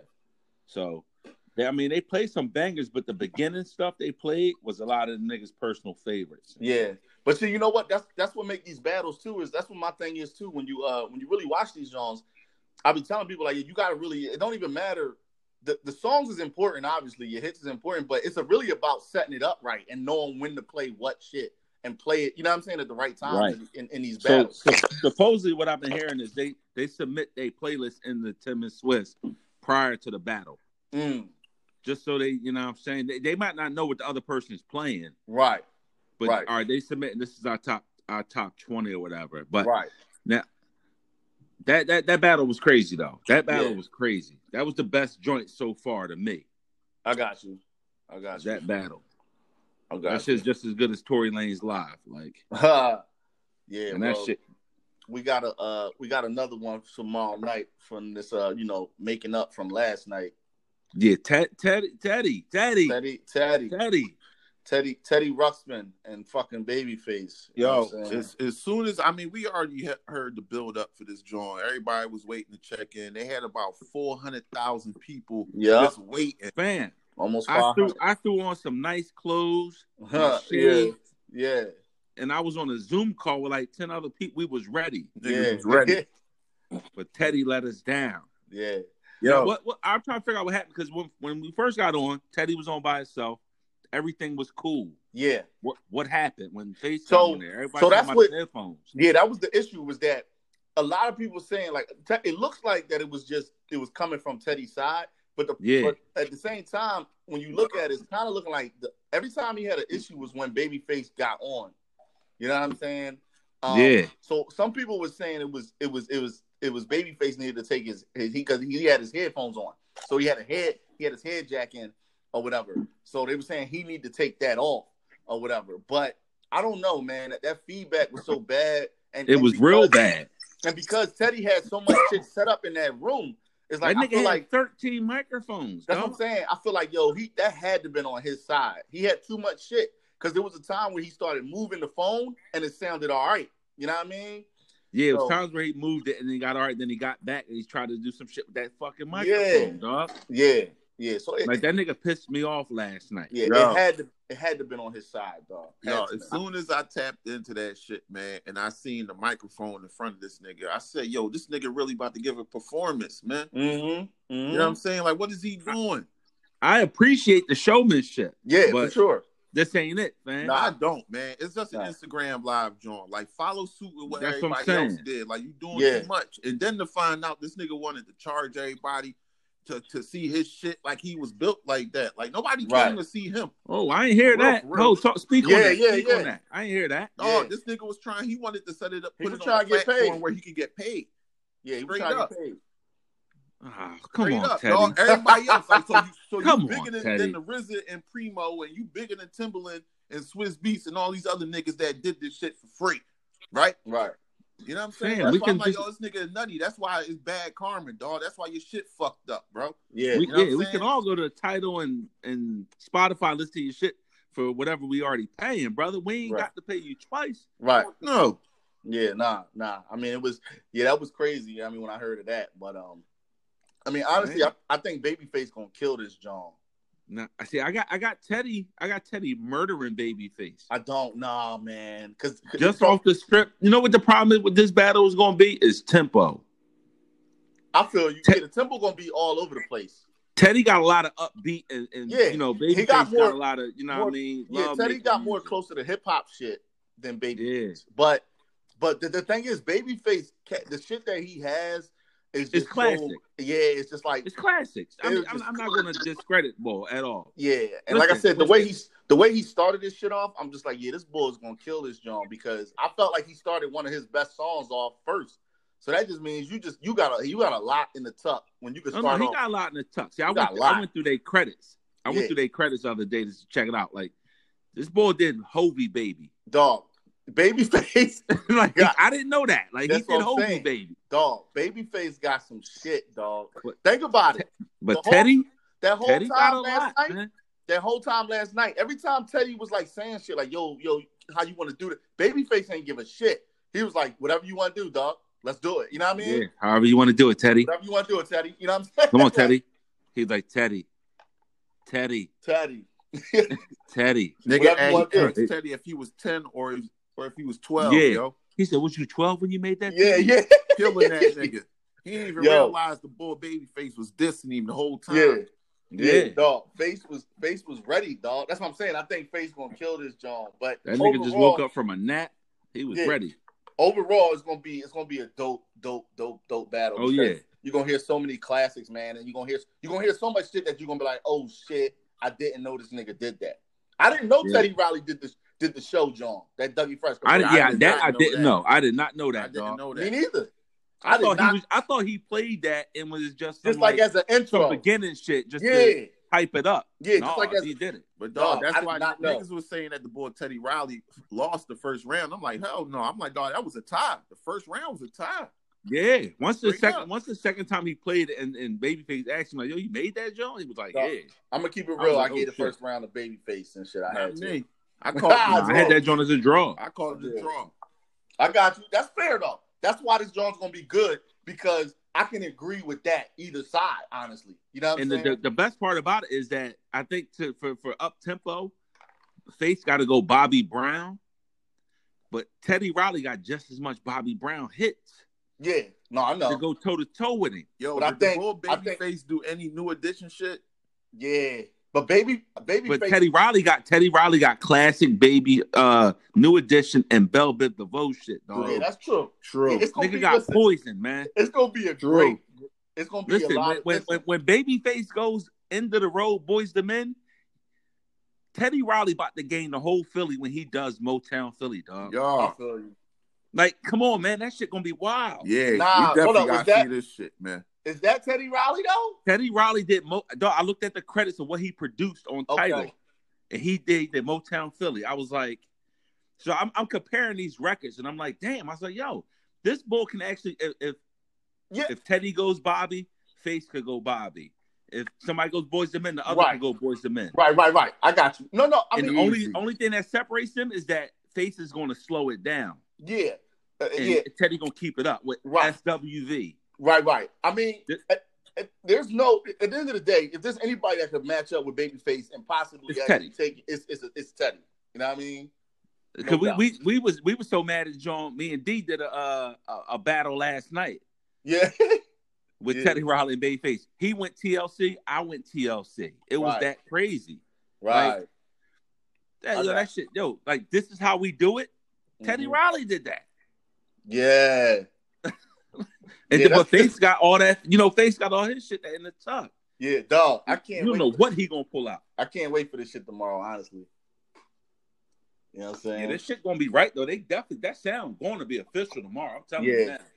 So, they, I mean, they played some bangers, but the beginning stuff they played was a lot of the niggas' personal favorites.
Yeah, but see, you know what? That's that's what make these battles too. Is that's what my thing is too. When you uh when you really watch these songs, I be telling people like you gotta really. It don't even matter. The the songs is important, obviously. Your hits is important, but it's a really about setting it up right and knowing when to play what shit and play it. You know what I'm saying at the right time
Right.
In, in, in these
So,
battles.
so supposedly, what I've been hearing is they they submit a playlist in the Tim and Swiss prior to the battle,
Mm,
just so they, you know, what I'm saying they, they might not know what the other person is playing,
right,
but
Right.
all right, they submit this is our top our top twenty or whatever. But
right.
that that that battle was crazy though. That battle
Yeah.
was crazy. That was the best joint so far to me.
I got you. I got you.
That battle.
I got
That
you.
shit's just as good as Tory Lane's live. Like,
yeah,
and that
well,
shit
we got a uh we got another one tomorrow night from this uh you know making up from last night.
Yeah, Ted, Teddy, Teddy, Teddy,
Teddy, Teddy,
Teddy.
Teddy, Teddy Ruxpin, and fucking Babyface. You know
yo.
what I'm saying?
As, as soon as I mean, we already had heard the build up for this joint. Everybody was waiting to check in. They had about four hundred thousand people
Yeah.
just waiting.
Fan,
almost
I
five
threw
hundred.
I threw on some nice clothes,
Huh, yeah,
shit.
yeah,
and I was on a Zoom call with like ten other people. We was ready,
Niggas
yeah,
was ready.
but Teddy let us down.
yeah,
Yo,
What, what I'm trying to figure out what happened because when when we first got on, Teddy was on by himself. Everything was cool.
yeah,
What what happened when FaceTime
So-
on there? Everybody
so
talking
that's
about
what-
their headphones.
yeah. That was the issue. Was that a lot of people saying like te- it looks like that it was just it was coming from Teddy's side, but the
Yeah.
but at the same time when you look at it, it's kind of looking like the, every time he had an issue was when Babyface got on. You know what I'm saying? um,
Yeah.
So some people were saying it was it was it was it was Babyface needed to take his, his he because he had his headphones on, so he had a head he had his head jack in or whatever. So they were saying he need to take that off or whatever. But I don't know, man. That, that feedback was so bad, and
It
and
was real
because-
bad.
And because Teddy had so much shit set up in that room, it's like
that
I
nigga
feel
had
like
13 microphones.
that's what
dog.
I'm saying. I feel like yo, he that had to been on his side. He had too much shit because there was a time where he started moving the phone and it sounded all right. You know what I mean?
Yeah, it
So-
was times where he moved it and he got all right, then he got back and he tried to do some shit with that fucking microphone, dog.
Yeah, yeah. So it,
Like that nigga pissed me off last night.
yeah,
Yo.
it had to it had to been on his side, dog. Had
Yo,
to
as
been.
soon as I tapped into that shit, man, and I seen the microphone in front of this nigga, I said, "Yo, this nigga really about to give a performance, man."
Mm-hmm.
You know what I'm saying? Like, what is he doing?
I appreciate the showmanship.
yeah, for
But-
sure.
This ain't it, man.
Mm-hmm.
No, I don't, man. It's just an
Nah.
Instagram live, John. Like, follow suit with what
That's what I'm
everybody
saying.
else did. Like, you doing
Yeah.
too much. And then to find out this nigga wanted to charge everybody to, to see his shit like he was built like that. Like, nobody
Right.
came to see him.
Oh, I ain't hear
Real,
that.
real.
No, talk, speak on
Yeah,
that.
yeah,
speak
yeah.
on that. I ain't hear that.
Oh,
Yeah.
this nigga was trying. He wanted to set it up,
He
put
was
it on a
trying to get
platform
paid.
where he could get paid.
Yeah, he was
Straight
trying
up.
to get paid.
Oh, come
Straight
on,
up,
Teddy.
dog. Everybody else, like, so you, so
Come on,
you bigger than,
Teddy.
than the RZA and Primo, and you bigger than Timbaland and Swiss Beats and all these other niggas that did this shit for free, right?
Right.
You know what I'm saying?
Fam,
That's
we
why
can
I'm like,
just-
yo, this nigga nutty. That's why it's bad karma, dog. That's why your shit fucked up, bro.
Yeah.
we,
you know what
yeah,
I'm
we
saying?
can all go to the title and and Spotify listen to your shit for whatever we already paying, brother. We ain't
Right.
got to pay you twice.
Right.
No.
Yeah, nah, nah. I mean, it was yeah, that was crazy. I mean, when I heard of that, but um, I mean, honestly, I,
Man.
I think Babyface gonna kill this John.
Now, I see. I got I got Teddy. I got Teddy murdering Babyface
I don't, nah, man, because
just off the script. You know what the problem is with this battle is going to be is tempo.
I feel you.
Te-
yeah, the temple gonna be all over the place.
Teddy got a lot of upbeat and, and
Yeah,
you know Babyface
got
got,
more-
a lot of you know
more-
what I mean.
Yeah,
love
Teddy
making
got more
music.
closer to hip hop shit than Baby,
Yeah,
but but the, the thing is, Babyface, ca- the shit that he has is just
It's
so-
classic.
yeah, it's just like
it's classics. I
It
mean,
was
I'm,
just
I'm not going to discredit Ball at all.
Yeah, and like I
Listen,
said, the way
listen.
he's the way he started this shit off, I'm just like, yeah, this bull is gonna kill this John because I felt like he started one of his best songs off first. So that just means you just you got a you got a lot in the tuck when you can
No,
start
no, he
off.
got a lot in the tuck. See, I
He got a
went, through,
lot.
I went through their credits. I
Yeah.
went through their credits the other day just to check it out. Like this boy did Hovey Baby.
dog, babyface,
like
Yeah.
I didn't know that. Like
That's
he
what
did
I'm
Hovey
saying.
Baby.
dog, babyface got some shit, dog.
What?
Think about it.
But
The whole
Teddy,
That whole
Teddy got a
time
lot,
last night,
man.
that whole time last night, every time Teddy was like saying shit like, yo, yo, how you want to do that? Babyface ain't give a shit. He was like, whatever you want to do, dog, let's do it. You know what I mean?
Yeah, however you want to do it, Teddy.
Whatever you want to do, it, Teddy. You know what I'm saying?
Come on, Teddy. He's like Teddy, Teddy,
Teddy.
Teddy.
Nigga
Whatever you
asked,
want to
do.
asked Teddy if he was 10 or if, or if he was 12,
Yeah.
yo.
He said, "Was you 12 when you made that?"
Yeah, yeah,
Killing that nigga. He didn't even
Yo.
realize the boy Babyface was dissing him the whole time.
yeah,
yeah.
yeah, Dog, face was face was ready, dog. That's what I'm saying. I think face gonna kill this John, but
That nigga just woke up from a nap. He was
Yeah.
ready.
Overall, it's gonna be it's gonna be a dope, dope, dope, dope battle.
Oh
because
yeah.
you're gonna hear so many classics, man, and you're gonna hear you're gonna hear so much shit that you're gonna be like, oh shit, I didn't know this nigga did that. I didn't know
Yeah.
Teddy Riley did this did the show, John. That Dougie Fresh.
I
did-
didn't, yeah,
did
that
not
I
know
didn't
that.
know. I did not know
I
that,
didn't
dog.
know
me
that.
neither. I,
I,
did
thought
not
he was. I thought he played that and was just some,
just like, as an
some
intro.
beginning shit, just
Yeah,
to hype it up.
yeah,
no,
just like as
he did it.
But
Dog,
dog,
I
that's
did
why
not know.
niggas was saying that the boy Teddy Riley lost the first round. I'm like, hell no. I'm like, dog, that was a tie. The first round was a tie.
Yeah. Once the
Straight
second,
up.
once the second time he played it and, and Babyface asked him like, "Yo, you made that, John?" He was like,
Dog.
"Yeah."
I'm gonna keep it
I
real.
was
I,
like, oh,
gave the
shit.
first round of babyface and shit. I
Not
had to.
me. I called it
Nah,
a
Nah, I had
draw.
that John as a draw.
I called it a draw.
I got you. That's fair though. That's why this joint's gonna be good because I can agree with that either side. Honestly, you know what I'm
and the,
saying?
the, the best part about it is that I think to for for up tempo, Faith got to go Bobby Brown, but Teddy Riley got just as much Bobby Brown hits
yeah. No, I know.
to go toe to toe with him.
Yo,
But I
did
think-
the bull
I
baby
think-
face do any new edition shit?
yeah, but baby, baby
But
face.
Teddy Riley got Teddy Riley got classic baby, uh, new edition and Bell Bib DeVoe shit, dog.
yeah, that's true.
True.
Yeah, it's gonna be
Nigga got
listen,
poison, man.
It's gonna be a
True.
great. It's gonna be
Listen,
a lot.
when
of-
when,
listen,
when when Babyface goes into the road, boys the men. Teddy Riley about to gain the whole Philly when he does Motown Philly, dog.
I
Yo,
feel you.
Like, come on, man, that shit gonna be wild.
yeah,
Nah,
we definitely
hold up,
gotta
was that-
see this shit, man.
Is that Teddy Riley though?
Teddy Riley did. Mo- dog, I looked at the credits of what he produced on
Okay.
title, and he did the Motown Philly. I was like, so I'm, I'm comparing these records, and I'm like, damn. I was like, yo, this bull can actually. If if,
Yeah.
if Teddy goes Bobby, Face could go Bobby. If somebody goes Boys to Men, the other
Right.
could go Boys to Men.
Right, right, right. I got you. No, no. I
and
mean,
the only
easy.
only thing that separates them is that Face is going to slow it down,
yeah, Uh,
and
yeah.
Teddy gonna keep it up with
Right.
SWV.
Right, right. I mean,
Th-
at- at- there's no at the end of the day, if there's anybody that could match up with Babyface and possibly
It's
actually
Teddy.
take it, it's it's it's Teddy. You know what I mean? No
Cause we,
doubt.
we we was we was so mad at John. Me and D did a uh, a, a battle last night
Yeah,
with
Yeah.
Teddy Riley and Babyface. He went TLC. I went TLC. It was
Right.
that crazy.
right.
That,
I
yo,
got
that shit, yo, like this is how we do it. Teddy
Mhm.
Riley did that.
Yeah.
And
Yeah,
then, but
that's-
Face got all that, you know, Face got all his shit in the tuck.
Yeah, dog. I
You
can't
don't
wait.
know what he gonna pull out.
I can't wait for this shit tomorrow, honestly. You know what I'm saying?
Yeah, this shit gonna be right though. They definitely that sound going to be official tomorrow. I'm telling
Yeah.
you that.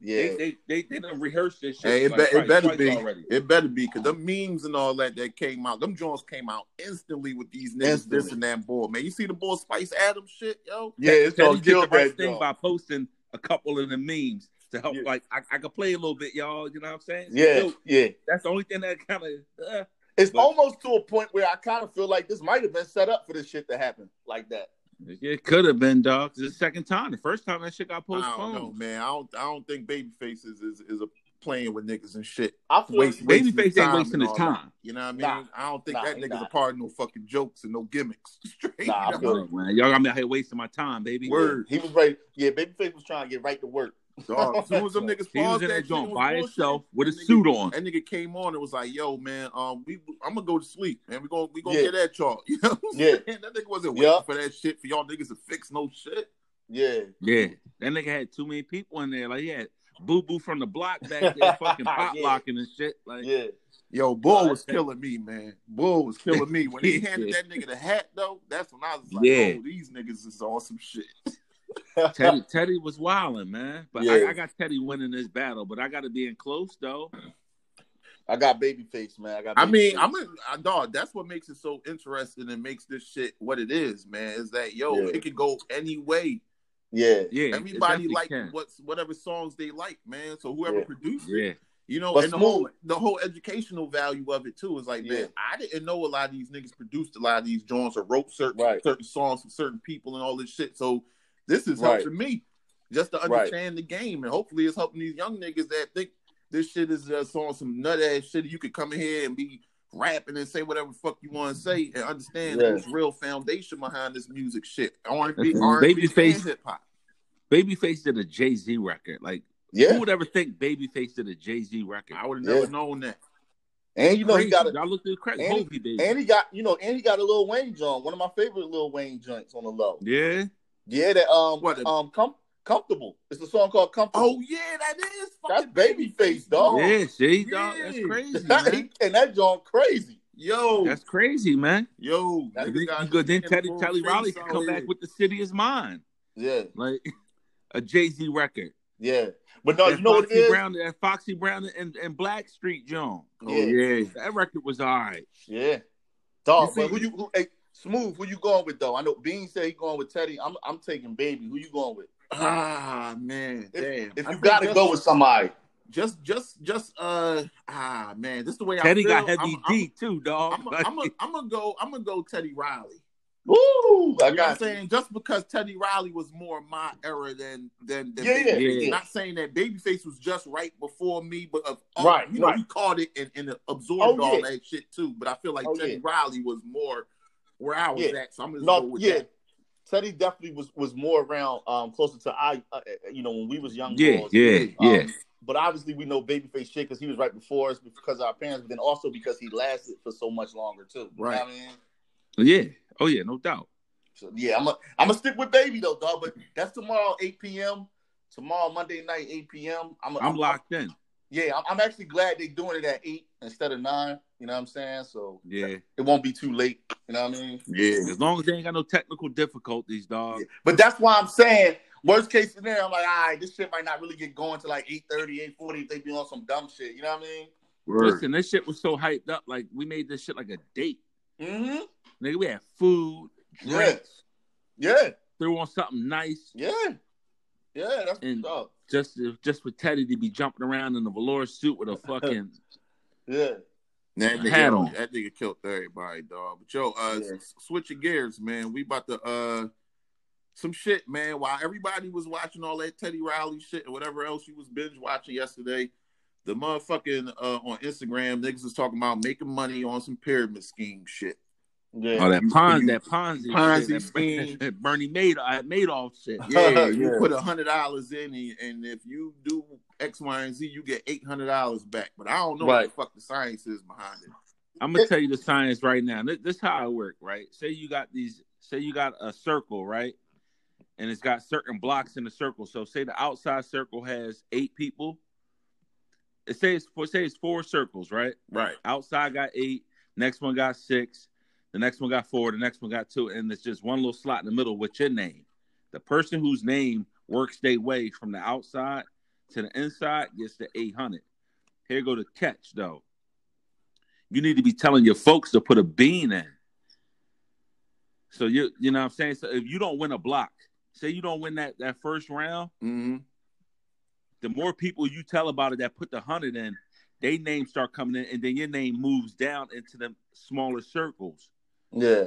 yeah.
They they they they done rehearsed this shit.
Hey, it,
like,
be-
twice-
it better
twice
be.
already.
It better be because them memes and all that that came out, them Jones came out instantly with these niggas
Instantly.
this and that boy. Man, you see the boy Spice Adams shit, yo?
yeah, it's
Teddy
gonna
did
kill
the right
that
thing
dog.
by posting a couple of the memes to help.
Yeah.
Like I, I could play a little bit, y'all. You know what I'm saying? So,
Yeah,
yo,
yeah.
that's the only thing that kind of. Uh,
It's
But-
almost to a point where I kind of feel like this might have been set up for this shit to happen like that.
it could have been dog. It's the second time. The first time that shit got
I don't
postponed.
know, man. I don't. I don't think Babyface is is, is a playing with niggas and shit.
I feel
Waste-
like-
wasting his
Babyface ain't
time
wasting
and
his
all
time.
You know what I mean?
Nah.
I don't think
Nah,
that
he
nigga's
not.
a part of no fucking jokes and no gimmicks. Straight.
Nah, I
up.
feel
Look, man, y'all got me out here wasting my time, baby.
Word.
he was right. Yeah, Babyface was trying to get right to work.
Dog, as soon as them niggas
He was
paused
in that
that shit, it
joint
was
by
bullshit.
himself with a
That nigga-
suit on.
That nigga came on and was like, "Yo, man, um, we I'm gonna go to sleep, man. We gonna we gonna
Yeah.
get that y'all." You know what I'm
Yeah.
saying? That nigga wasn't
Yeah.
waiting for that shit for y'all niggas to fix no shit.
Yeah,
Yeah, that nigga had too many people in there. Like he had Boo Boo from the block back there, fucking pop
Yeah.
locking and shit. Like
yeah.
Yo, Bull
Nah,
was
that's-
killing me, man. Bull was killing me when he handed
Yeah.
that nigga the hat. Though that's when I was like,
Yeah.
"Oh, these niggas is on some shit."
Teddy,
Oh.
Teddy was wilding, man. But
Yeah.
I, I got Teddy winning this battle, but I got to be in close though.
I got Babyface, man. I got.
I mean,
Babyface.
I'm a I, dog. That's what makes it so interesting and makes this shit what it is, man. Is that yo?
Yeah.
It could go any way.
Yeah,
Yeah, it
Everybody
definitely
like
can.
what's whatever songs they like, man. So whoever
Yeah.
produced it,
Yeah,
you know,
But
and the
smooth.
whole the whole educational value of it too is like,
Yeah.
man, I didn't know a lot of these niggas produced a lot of these joints or wrote certain
Right.
certain songs for certain people and all this shit. So this is
Right.
helping me just to
Right.
understand the game, and hopefully it's helping these young niggas that think this shit is just on some nut ass shit. You could come in here and be rapping and say whatever the fuck you want to say and understand
Yeah.
there's real foundation behind this music shit. R and B,
Listen,
R and B,
Babyface-
hip hop.
Babyface did a Jay Z record. Like who
yeah.
would ever think Babyface did a Jay Z record?
I would have never
Yeah.
known that.
And you know he
Crazy.
got a,
y'all look through the crazy.
and he-
Hovey, baby.
and he got you know and he got a little Wayne joint, one of my favorite little Wayne joints on the low.
yeah,
Yeah, that um
What a-
um com- comfortable. It's a song called Comfortable.
Oh yeah, that is
That's
fucking
Babyface, dog.
yeah. See, dog, that's
Oh. Yeah.
crazy, man.
and that joint crazy.
Yo,
That's crazy, man.
yo,
That's-
niggas got-
Because then Teddy,
full
Teddy
face
Riley could
out
come back
here.
with the city is mine,
Yeah,
like a Jay Z record.
yeah. But no,
that
you know what
Foxy
it is?
Brown, that Foxy Brown and, and Black Street John.
Oh
Yeah.
yeah,
That record was all right.
Yeah. Dog, but
You see-
who you who, hey, smooth, who you going with though? I know Bean said he going with Teddy. I'm I'm taking baby. Who you going with?
ah man, damn.
If
I
you
think
gotta
just-
go with somebody.
just, just, just, uh, ah man, this is the way
Teddy
I feel.
got heavy
I'm-
D too, dog.
I'm, I'm, I'm, I'm gonna go. I'm gonna go Teddy Riley.
Woo! I
You know what I'm
got you.
saying? Just because Teddy Riley was more my era than than, than
Yeah, yeah,
Babyface.
yeah.
Not saying that Babyface was just right before me, but of of-
Right,
you know,
right.
he caught it and, and absorbed
Oh,
all
yeah.
that shit too. But I feel like
Oh,
Teddy
yeah.
Riley was more where I was
Yeah.
at. So I'm gonna go
No,
with
yeah.
that.
Teddy definitely was was more around um closer to I uh, you know when we was young
yeah,
boys.
yeah,
Um,
yeah.
But obviously we know Babyface shit because he was right before us because of our parents, but then also because he lasted for so much longer too. You know what I mean?
yeah. Oh yeah, no doubt.
So yeah, I'm gonna I'm gonna stick with baby though, dog. But that's tomorrow, 8 p.m. Tomorrow, Monday night, 8 p.m. I'm,
I'm locked in.
Yeah, I'm, I'm actually glad they're doing it at eight instead of nine. You know what I'm saying? So
Yeah.
it won't be too late. You know what I mean?
Yeah,
As long as they ain't got no technical difficulties, dog.
But that's why I'm saying worst case scenario. I'm like, all right, this shit might not really get going to like 8:30, 8:40 if they be on some dumb shit. You know what I
Listen, this shit was so hyped up. Like we made this shit like a date.
mean? Mm-hmm.
Nigga, we had food,
Yeah.
drinks,
Yeah,
threw on something nice.
yeah, yeah. That's
And-
what's up.
Just just for Teddy to be jumping around in a velour suit with a fucking
Yeah,
that nigga,
Hat on.
that nigga killed everybody, dog. But yo, uh,
Yeah.
s- switch your gears, man. We about to uh. Some shit, man. While everybody was watching all that Teddy Riley shit and whatever else you was binge watching yesterday, the motherfucking uh, on Instagram niggas was talking about making money on some pyramid scheme shit.
yeah.
Oh, that
You-
Ponzi,
you-
that Ponzi,
Ponzi
shit,
scheme.
that Bernie made, I made all shit.
Yeah, you
Yeah.
put a hundred dollars in, and, and if you do X, Y, and Z, you get eight hundred dollars back. But I don't know
Right.
what the fuck the science is behind it.
I'm gonna tell you the science right now. This, this how it work, right? Say you got these. Say you got a circle, right? And it's got certain blocks in the circle. So say the outside circle has eight people. It say it's say it's four circles, right?
Right.
Outside got eight. Next one got six. The next one got four. The next one got two. And it's just one little slot in the middle with your name. The person whose name works their way from the outside to the inside gets the 800. Here go the catch, though. You need to be telling your folks to put a bean in. So you you know what I'm saying? So if you don't win a block, say you don't win that, that first round,
Mm-hmm.
the more people you tell about it that put the hundred in, they names start coming in, and then your name moves down into the smaller circles.
Yeah.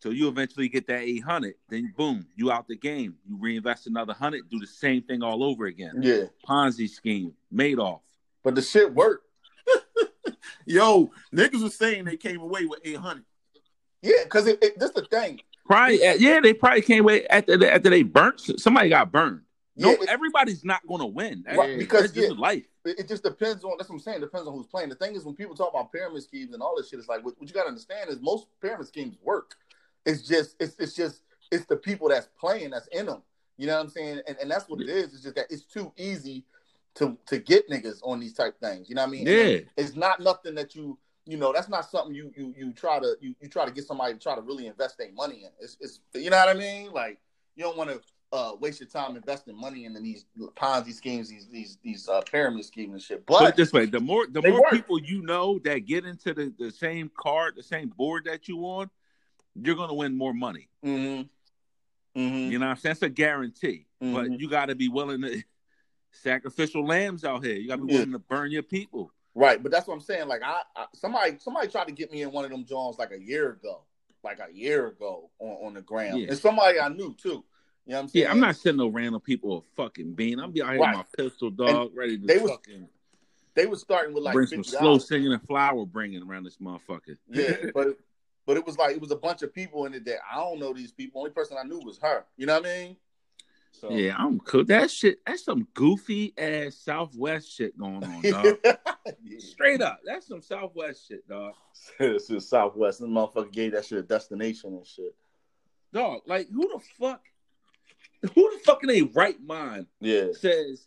So you eventually get that eight hundred. Then boom, you out the game. You reinvest another hundred, do the same thing all over again.
Yeah.
Ponzi scheme, Madoff.
But the shit worked.
Yo, niggas was saying they came away with 800.
Yeah, because it, it, that's the thing.
Probably, yeah, they probably came away after they, after they burnt. Somebody got burned. No,
Yeah, it-
everybody's not going to win That-
Right, because,
that's just
yeah.
life.
it, it just depends on that's what I'm saying. Depends on who's playing. The thing is, when people talk about pyramid schemes and all this shit, it's like what, what you got to understand is most pyramid schemes work. It's just it's it's just it's the people that's playing that's in them. You know what I'm saying? And, and that's what it is. It's just that it's too easy to to get niggas on these type things. You know what I mean? And
Yeah,
it's not nothing that you you know that's not something you you you try to you, you try to get somebody to try to really invest their money in it's, it's you know what i mean like you don't want to uh waste your time investing money in these ponzi schemes these these these uh pyramid schemes and shit
put it
but
this way: the more the
They
more
work.
people you know that get into the, the same card, the same board that you on, you're going to win more money.
Mhm. Mhm.
You know, what I'm saying that's a guarantee.
Mhm.
But you got to be willing to sacrificial lambs out here. You got to be
Yeah.
willing to burn your people.
Right, but that's what I'm saying. Like I, I somebody somebody tried to get me in one of them Jones like a year ago, like a year ago on, on the gram,
Yeah.
and somebody I knew too. You know what I'm saying?
Yeah, I'm not sending no random people a fucking bean. I'm be out here
Right.
with my pistol, dog, ready to
they was
fucking
They were starting with like
bring some
$50.
slow singing and flower bringing around this motherfucker.
Yeah, but but it was like it was a bunch of people in it that I don't know these people. Only person I knew was her. You know what I mean? So
Yeah, I'm cool. That shit, that's some goofy ass Southwest shit going on, dog.
Yeah.
Straight up, that's some Southwest shit, dog.
this is Southwest. This motherfucker gave that shit a destination and shit.
Dog, like who the fuck, who the fuck in their right mind
Yeah.
says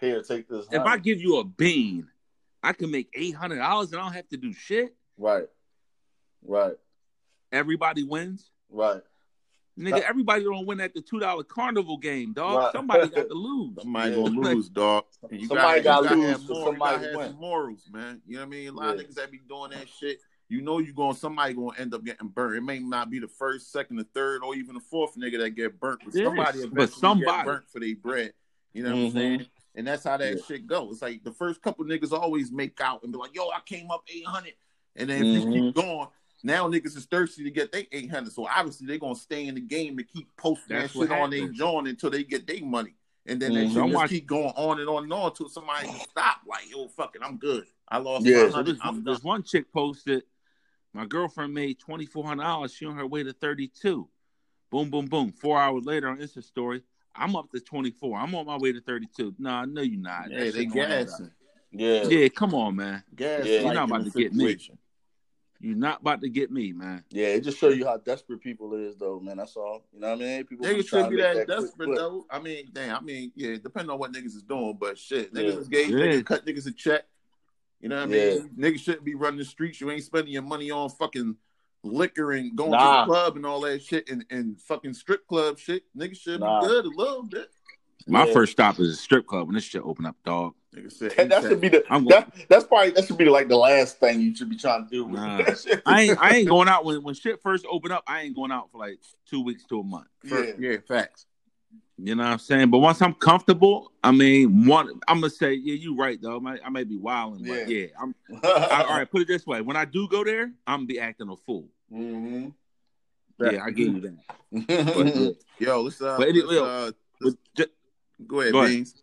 Here, take this.
if I
honey.
give you a bean, I can make eight hundred dollars and I don't have to do shit.
Right. Right.
Everybody wins,
Right.
nigga. Everybody don't win at the two dollar carnival game, dog.
Right.
Somebody got to lose.
Somebody
Yeah.
gonna lose, dog. And
Somebody gotta
you
lose
have
'cause
moral- you
somebody
gotta have
win.
some morals, man. You know what I mean? A lot
Yeah.
of niggas that be doing that shit. You know you going to somebody gonna end up getting burnt. It may not be the first, second, the third, or even the fourth nigga that get burnt, but
Yes, but
somebody eventually get
somebody.
burnt for their bread. You know what
Mhm.
I'm saying? And that's how that
Yeah.
shit goes. It's like the first couple niggas always make out and be like, "Yo, I came up 800," and then if you
Mhm.
keep going, now niggas is thirsty to get they 800. So obviously they're gonna stay in the game and keep posting
That's
that
what
shit on their
happens.
joint until they get their money. And then
Mhm.
they
I'm
just
watch-
keep going on and on and on until somebody can stop. Like, yo, fuck it, I'm good. I lost
Yeah.
my
So this,
hundred. I'm done.
this one chick posted, my girlfriend made twenty four hundred dollars. She on her way to thirty two. Boom, boom, boom. Four hours later on Insta story, I'm up to twenty four. I'm on my way to thirty two. No, I know you're not.
Yeah,
That
they
shit going on.
gassing.
Yeah. Yeah.
Yeah, come on, man.
Gassing.
Yeah.
like,
You're not
in
about
the
to get me.
situation.
You're not about to get me, man.
It just show you how desperate people is, though, man. That's all. You know what I mean? People
Niggas
trying
should be
to make
that
quick
desperate
flip.
though. I mean, damn. I mean, yeah, depending on what niggas is doing, but shit, niggas
Yeah.
is gay.
Yeah.
Niggas cut niggas a check. You know what I mean? Niggas shouldn't be running the streets. You ain't spending your money on fucking liquor and going
Nah.
to the club and all that shit and, and fucking strip club shit. Niggas should
Nah.
be good a little bit.
My
Yeah.
first stop is a strip club when this shit open up, dog.
Nigga said
And that should be the
I'm
that, that's probably that should be like the last thing you should be trying to do. With
Nah.
that shit.
I ain't I ain't going out when, when shit first open up, I ain't going out for like two weeks to a month.
For-
yeah.
yeah, facts.
You know what I'm saying? But once I'm comfortable, I mean, one, I'm gonna say, yeah, you right though. I might, I may be wilding, but
Yeah.
yeah, I'm. I, all right, put it this way: when I do go there, I'm gonna be acting a fool.
Mhm.
Yeah, I give you that. But, yeah.
Mhm.
Yo, let's uh,
But anyway,
let's, uh
But ju-
go ahead,
go ahead.
Beans.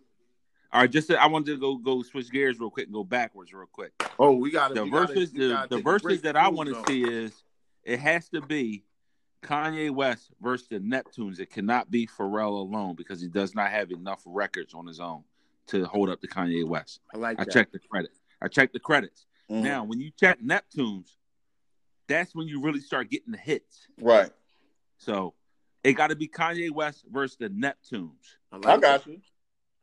all right, just I wanted to go go switch gears real quick and go backwards real quick.
Oh, we got
The verses, the, the verses that I want to see is it has to be Kanye West versus the Neptunes. It cannot be Pharrell alone because he does not have enough records on his own to hold up to Kanye West.
I like
I
that.
checked the credit. I checked the credits.
Mhm.
Now, when you check Neptunes, that's when you really start getting the hits.
Right.
So it got to be Kanye West versus the Neptunes.
I got you.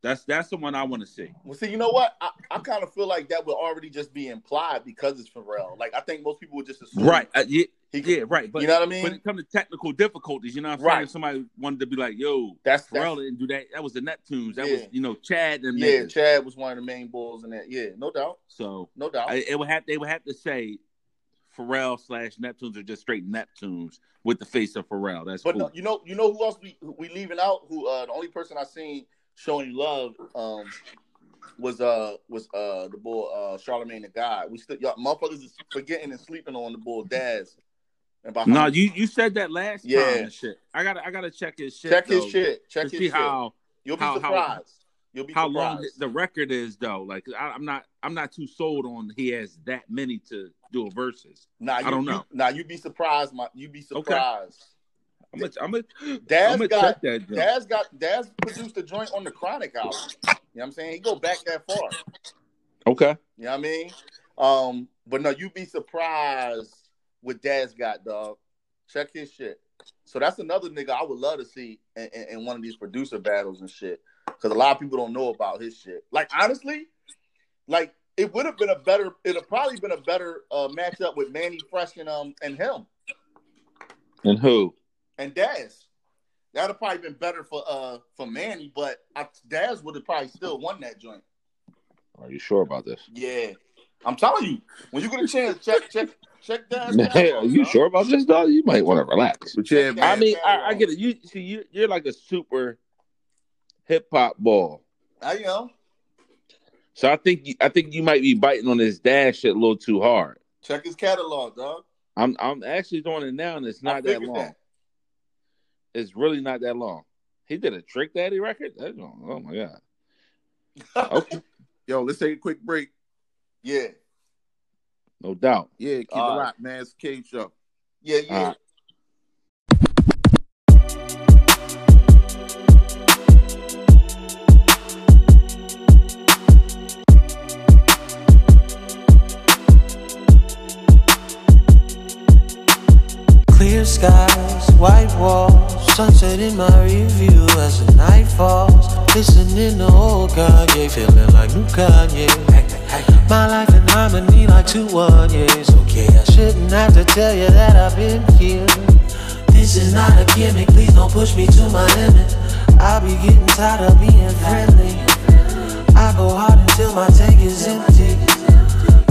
That's that's the one I want to see.
Well, see, you know what? I, I kind of feel like that would already just be implied because it's Pharrell. Like, I think most people would just assume.
Right. Uh, yeah,
He,
yeah, right. But
you know what I
when
mean?
it comes to technical difficulties, you know what I'm saying?
Right.
If somebody wanted to be like, yo,
That's,
Pharrell
that's
didn't do that. That was the Neptunes. That was,
Yeah.
you know, Chad and
yeah.
niggas.
Chad was one of the main bulls in that. Yeah, no doubt,
So
no doubt.
I, it would have they would have to say Pharrell slash Neptunes are just straight Neptunes with the face of Pharrell. That's
but
cool.
no, you know, you know who else we we leaving out? Who uh, the only person I seen showing love um was uh was uh the boy uh Charlemagne the God. We still y'all motherfuckers is forgetting and sleeping on the bull Daz. And by
No, you you said that last
Yeah.
time. and shit. I gotta I gotta check his shit.
check his
though,
shit.
to
Check his
see
shit.
how
You'll be
how- how-
surprised. You'll be
how
surprised.
long the record is though. Like I, I'm not I'm not too sold on he has that many to do a verses.
Nah, you,
don't
you-
know.
nah, you'd be surprised. My, you'd be surprised.
I'm gonna I'm gonna, I'm
Daz
gonna
got
check that. though.
Daz got Daz produced a joint on the Chronic album. You know what I'm saying? He go back that far.
okay.
You know what I mean? Um, but no, you'd be surprised what Daz got, dog. Check his shit. So that's another nigga I would love to see in, in, in one of these producer battles and shit. Cause a lot of people don't know about his shit. Like honestly, like it would have been a better, it'd have probably been a better uh matchup with Manny Fresh and um and him
And who?
and Daz. That'd have probably been better for uh for Manny, but I, Daz would have probably still won that joint.
Are you sure about this?
Yeah, I'm telling you, when you get a chance, check check check Daz.
about this, dog? You might want to relax.
But yeah, man.
Yeah,
I mean,
yeah.
I, I get it. You see, you, you're like a super hip hop ball.
I you know.
So I think you, I think you might be biting on this dash shit a little too hard.
Check his catalog, dog.
I'm I'm actually doing it now, and it's
I
not that
figured
long. It's really not that long. He did a Trick Daddy record. That's long. Oh my god. Okay,
Yo, let's take a quick break.
Yeah,
no doubt.
Yeah, keep
All
it
right.
locked, man. It's Cave Show.
yeah, yeah.
All
Clear skies, white walls, sunset in my review as the night falls. Listening to old Kanye, feeling like new Kanye. My life in harmony like two one years. Okay, I shouldn't have to tell you that I've been here. This is not a gimmick, please don't push me to my limit. I'll be getting tired of being friendly. I go hard until my tank is empty.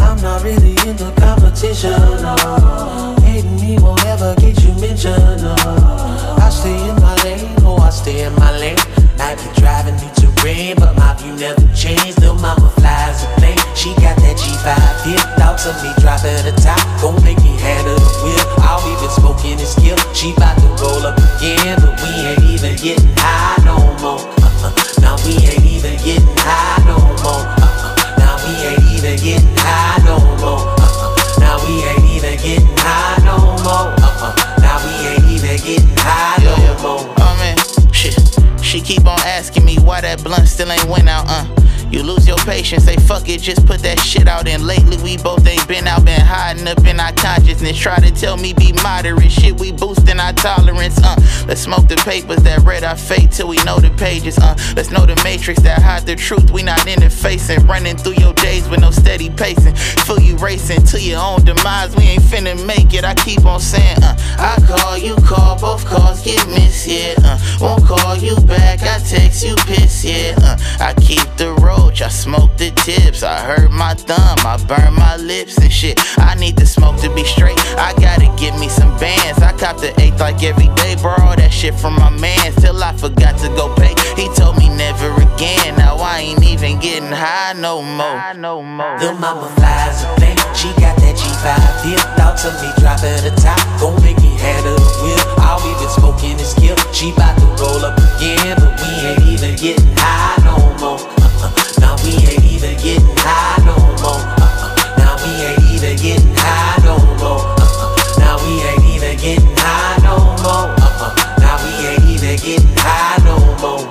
I'm not really into competition. No. Hating me won't ever get you mentioned. No. I stay in my lane, oh, I stay in my lane. Life be driving me to rain, but my view never changed. Lil' mama flies a plane. She got that G5 hit. Thoughts of me dropping the top. Don't make me handle the wheel. I'll even smoking and skill. She bout to roll up again, but we ain't even getting high no more. Uh-uh. Now we ain't even getting high no more. Uh-uh. Now we ain't even getting high no more. Uh-uh. Now we ain't even getting high no more. Uh-uh. Now we ain't even getting high no more.
Oh man, shit. She keep on asking me why that blunt still ain't went out, uh. You lose your patience, say fuck it, just put that shit out. And lately we both ain't been out, been hiding up in our consciousness. Try to tell me be moderate, shit, we boosting our tolerance, uh. Let's smoke the papers that read our fate till we know the pages, uh. Let's know the matrix that hide the truth, we not in the facing. Running through your days with no steady pacing. Feel you racing to your own demise, we ain't finna make it. I keep on saying, uh. I call, you call, both calls get missed, yeah, uh. Won't call you back, I text you piss, yeah, uh. I keep the roach, I smoke the tips. I hurt my thumb, I burn my lips and shit. I need the smoke to be straight. I gotta get me some bands. I cop the eighth like every day, borrow that shit from my mans till I forgot to go pay. He told me never again. Now I ain't even getting high no more. High no more.
Lil' mama flies a plane. She got that G5 hip. Thoughts of me dropping the top. Gon' make me handle the wheel. I'll even smoking and skill. She bout to roll up again, but we ain't even getting high no more. Uh-uh. Now we ain't even getting high no more. Uh-uh. Now we ain't even getting high no more. Uh-uh. Now we ain't even getting high no more. Uh-uh. Now we ain't even getting high no more.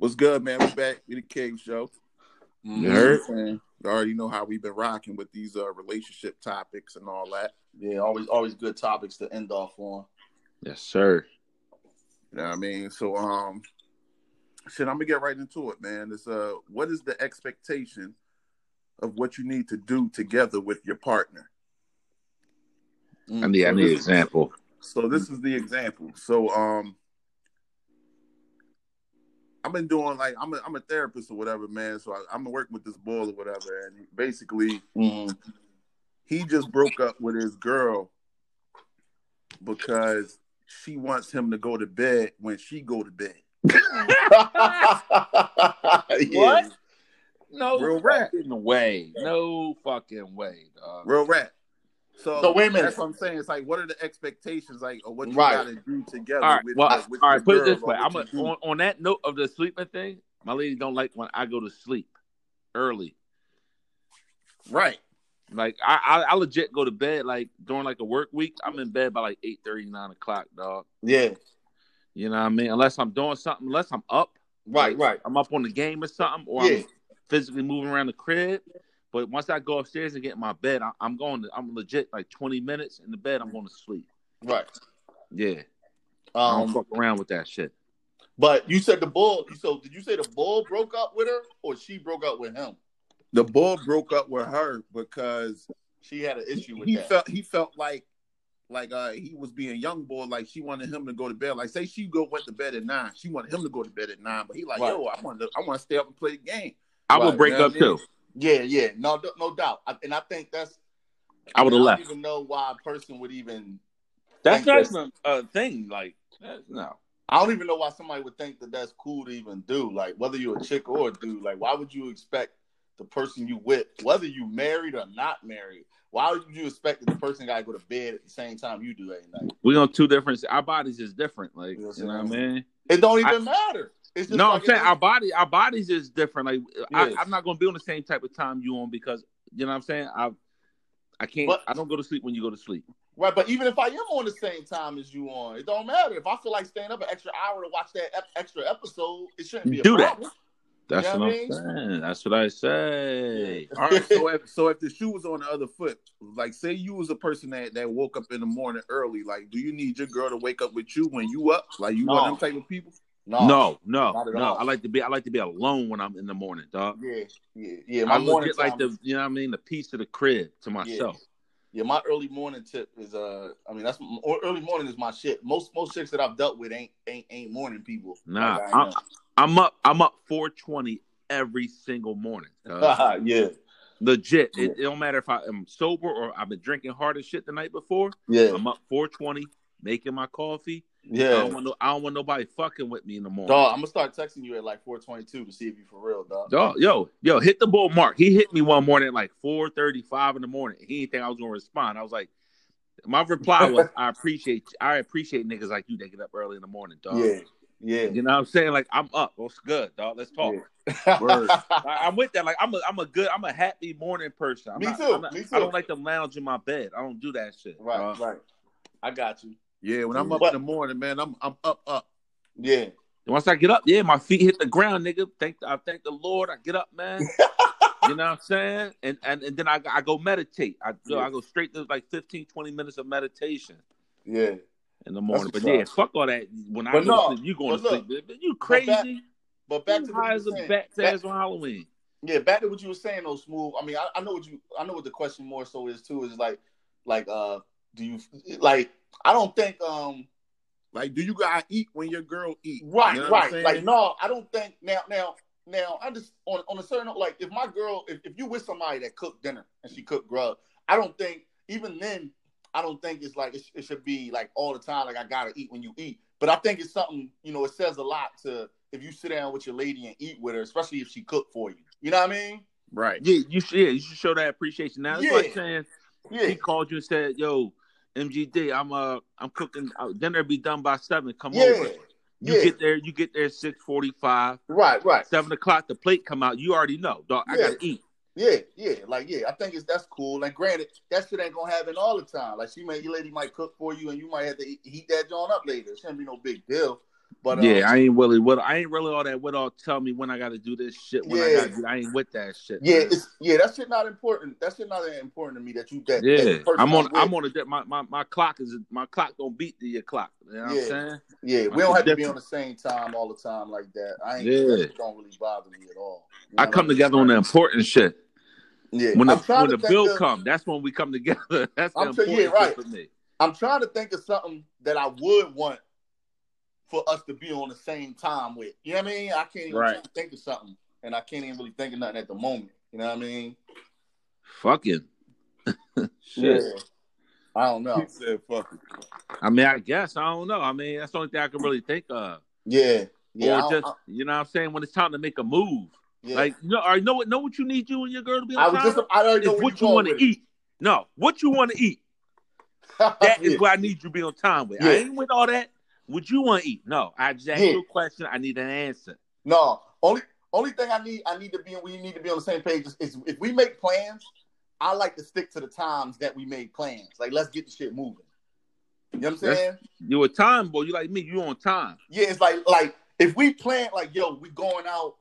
What's good, man? We're back in the Cave Show.
You heard?
You already know how we've been rocking with these uh, relationship topics and all that.
Yeah, always always good topics to end off on.
Yes, sir.
You know what I mean? So um shit, I'm gonna get right into it, man. It's uh what is the expectation of what you need to do together with your partner?
Mm-hmm.
I need I need an example.
So this is the example. So um I've been doing like I'm a, I'm a therapist or whatever, man. So I, I'm working with this boy or whatever, and basically
Mhm.
he just broke up with his girl because she wants him to go to bed when she go to bed.
Yeah.
No
Real rap.
fucking way. No fucking way, dog.
Real rap. So,
So wait a minute.
That's what I'm saying. It's like, what are the expectations like, of what you
Right.
gotta do together?
All right,
with,
well,
uh, with
all
your
right. Put it
girl
this
or
way.
what
I'm
you
a,
do?
on, on that note of the sleeping thing. My lady don't like when I go to sleep early.
right.
Like I, I, I legit go to bed like during like a work week. I'm in bed by like 8 9 o'clock, dog.
Yeah.
You know what I mean? Unless I'm doing something, unless I'm up,
Right, right.
I'm up on the game or something, or
Yeah.
I'm physically moving around the crib. But once I go upstairs and get in my bed, I, I'm going. To, I'm legit like 20 minutes in the bed. I'm going to sleep.
Right.
Yeah, I don't
Um
fuck around with that shit.
but you said the bull so did you say the bull broke up with her or she broke up with him?
The boy broke up with her because
She had an issue with
he
that.
felt he felt like like uh he was being young boy like she wanted him to go to bed like say she go went to bed at nine she wanted him to go to bed at nine but he like
Right.
yo I want to I want to stay up and play the game
I would
Right,
break
yeah,
up
yeah.
too.
yeah, yeah. No no doubt. I, and I think that's
I would have
don't
left.
even know why a person would even
That's not
Thank
even a thing. Like that- no.
I don't even know why somebody would think that that's cool to even do. Like whether you're a chick or a dude, like why would you expect the person you with, whether you married or not married, why would you expect that the person got to go to bed at the same time you do every night?
We on two different. Our bodies is different. Like
You know what
you know what I
I'm
mean?
It don't even matter. It's just
No,
like
I'm saying
it-
our body. Our bodies is different. Like
Yes.
I, I'm not gonna be on the same type of time you on because you know what I'm saying. I I can't.
But-
I don't go to sleep when you go to sleep.
right. But even if I am on the same time as you on, it don't matter. If I feel like staying up an extra hour to watch that ep- extra episode, it shouldn't be a
Do that.
problem.
That's
Yeah, I
what I'm
mean-
saying. That's what I say.
all right so if, so if the shoe was on the other foot like say you was a person that that woke up in the morning early like do you need your girl to wake up with you when you up like you one of them type of people
No,
no, no,
not at
no.
all.
I like to be. I like to be alone when I'm in the morning, dog.
Yeah, yeah, yeah. My
I
morning
legit like
time-
the. You know what I mean? The piece of the crib to myself.
Yeah, my early morning tip is uh, I mean that's or early morning is my shit. Most most chicks that I've dealt with ain't ain't ain't morning people.
Nah,
Like,
I'm, I'm up. I'm up 4:20 every single morning. dog.
I know. yeah,
Legit. It, it don't matter if I am sober or I've been drinking hard as shit the night before.
yeah,
I'm up 4:20 making my coffee. I
yeah.
don't want no. I don't want nobody fucking with me in the morning.
Dog, I'm gonna start texting you at like 4:22 to see if you for real, dog.
Dog, yo, yo, hit the bull mark. He hit me one morning at like 4:35 in the morning. He didn't think I was gonna respond. I was like, my reply was, I appreciate, I appreciate niggas like you that get up early in the morning, dog.
Yeah, yeah.
You know what I'm saying? Like I'm up. What's good, dog? Let's talk.
Yeah.
Word.
I, I'm with that. Like I'm a, I'm a good, I'm a happy morning person. I'm
Me
not-
too,
I'm not-
me
I
too.
don't like to lounge in my bed. I don't do that shit.
right,
dog.
right. I got you.
yeah when i'm up
But-
in the morning man i'm i'm up up
Yeah.
Once I get up, yeah, my feet hit the ground, nigga. Thank I thank the Lord. I get up, man. you know what I'm saying? And and, and then I, I go meditate. I go, I go straight to like 15, 20 minutes of meditation
Yeah,
in the morning.
what's
But yeah,
up.
fuck all that. When I
But
go
no,
to sleep, you going
but
to
look,
sleep. bitch. You
but back-
crazy.
but back to
you
what
high
you
as
were
a
saying.
bat
Back-
ass on Halloween.
Yeah, back to what you were saying though, smooth. I mean, I, I know what you I know what the question more so is too, is like like uh do you like I don't think um
like do you gotta eat when your girl eat
Right,
You know what I'm
right.
saying?
Like no, I don't think now now now I just on on a certain like if my girl if, if you with somebody that cooked dinner and she cooked grub, I don't think even then I don't think it's like it, sh- it should be like all the time like I gotta eat when you eat. But I think it's something you know it says a lot to if you sit down with your lady and eat with her, especially if she cooked for you. You know what I mean?
right
Yeah, you should. Yeah, you should show that appreciation. Now it's like
Yeah.
saying
Yeah,
he called you and said, "Yo, MGD, I'm uh, I'm cooking. uh, Dinner be done by seven. Come
yeah,
over. You
yeah.
get there. You get there six forty-five.
Right, right.
Seven o'clock. The plate come out. You already know, dog. I
Yeah.
gotta eat.
Yeah, yeah, like yeah, I think it's that's cool. And granted, that shit ain't gonna happen all the time. Like she may, your lady might cook for you, and you might have to eat, heat that joint up later. It shouldn't be no big deal. But
yeah,
um,
I ain't really what I ain't really all that. What all tell me when I got to do this shit? When I
Yeah.
got to do, I ain't with that shit.
yeah,
man.
it's yeah, that shit not important. That shit not that important to me that you that, that
yeah.
person
I'm on.
with-
I'm on a. di- My, my my clock is my clock don't beat the your clock. You know what
Yeah.
I'm saying?
Yeah, we
It's
don't have to be
different.
on the same time all the time like that. I ain't
Yeah.
that shit don't really bother me at all. You know
I
what
come
mean?
together on the important shit.
Yeah,
When the
I'm trying
when
to
the
think
bill
of-
come, that's when we come together. That's the
I'm sure-
important
yeah,
shit
right.
for me.
I'm trying to think of something that I would want for us to be on the same time with. You know what I mean? I can't even
Right.
try to think of something, and I can't even really think of nothing at the moment. You know what I mean?
Fucking shit.
Yeah. I don't know.
He said, "Fuck it."
I mean, I guess I don't know. I mean, that's the only thing I can really think of.
Yeah. Yeah. I
or
don't-
just
I-
you know what I'm saying when it's time to make a move.
yeah.
Like you know, I know what know what you need you and your girl to be
I
on
was
time.
just I already
It's
know
what,
where
you
going
want
with
to
it.
eat. No, what you want to eat. That is
Yeah.
what I need you to be on time with.
Yeah.
I ain't with all that. What you want to eat? No, I just asked
Yeah.
you a question. I need an answer.
No, only only thing I need I need to be we need to be on the same page is, is if we make plans, I like to stick to the times that we made plans. Like let's get the shit moving. You know what I'm
That's-
saying?
You a time boy? You like me? You on time?
Yeah, it's like like if we plan like yo, we going out,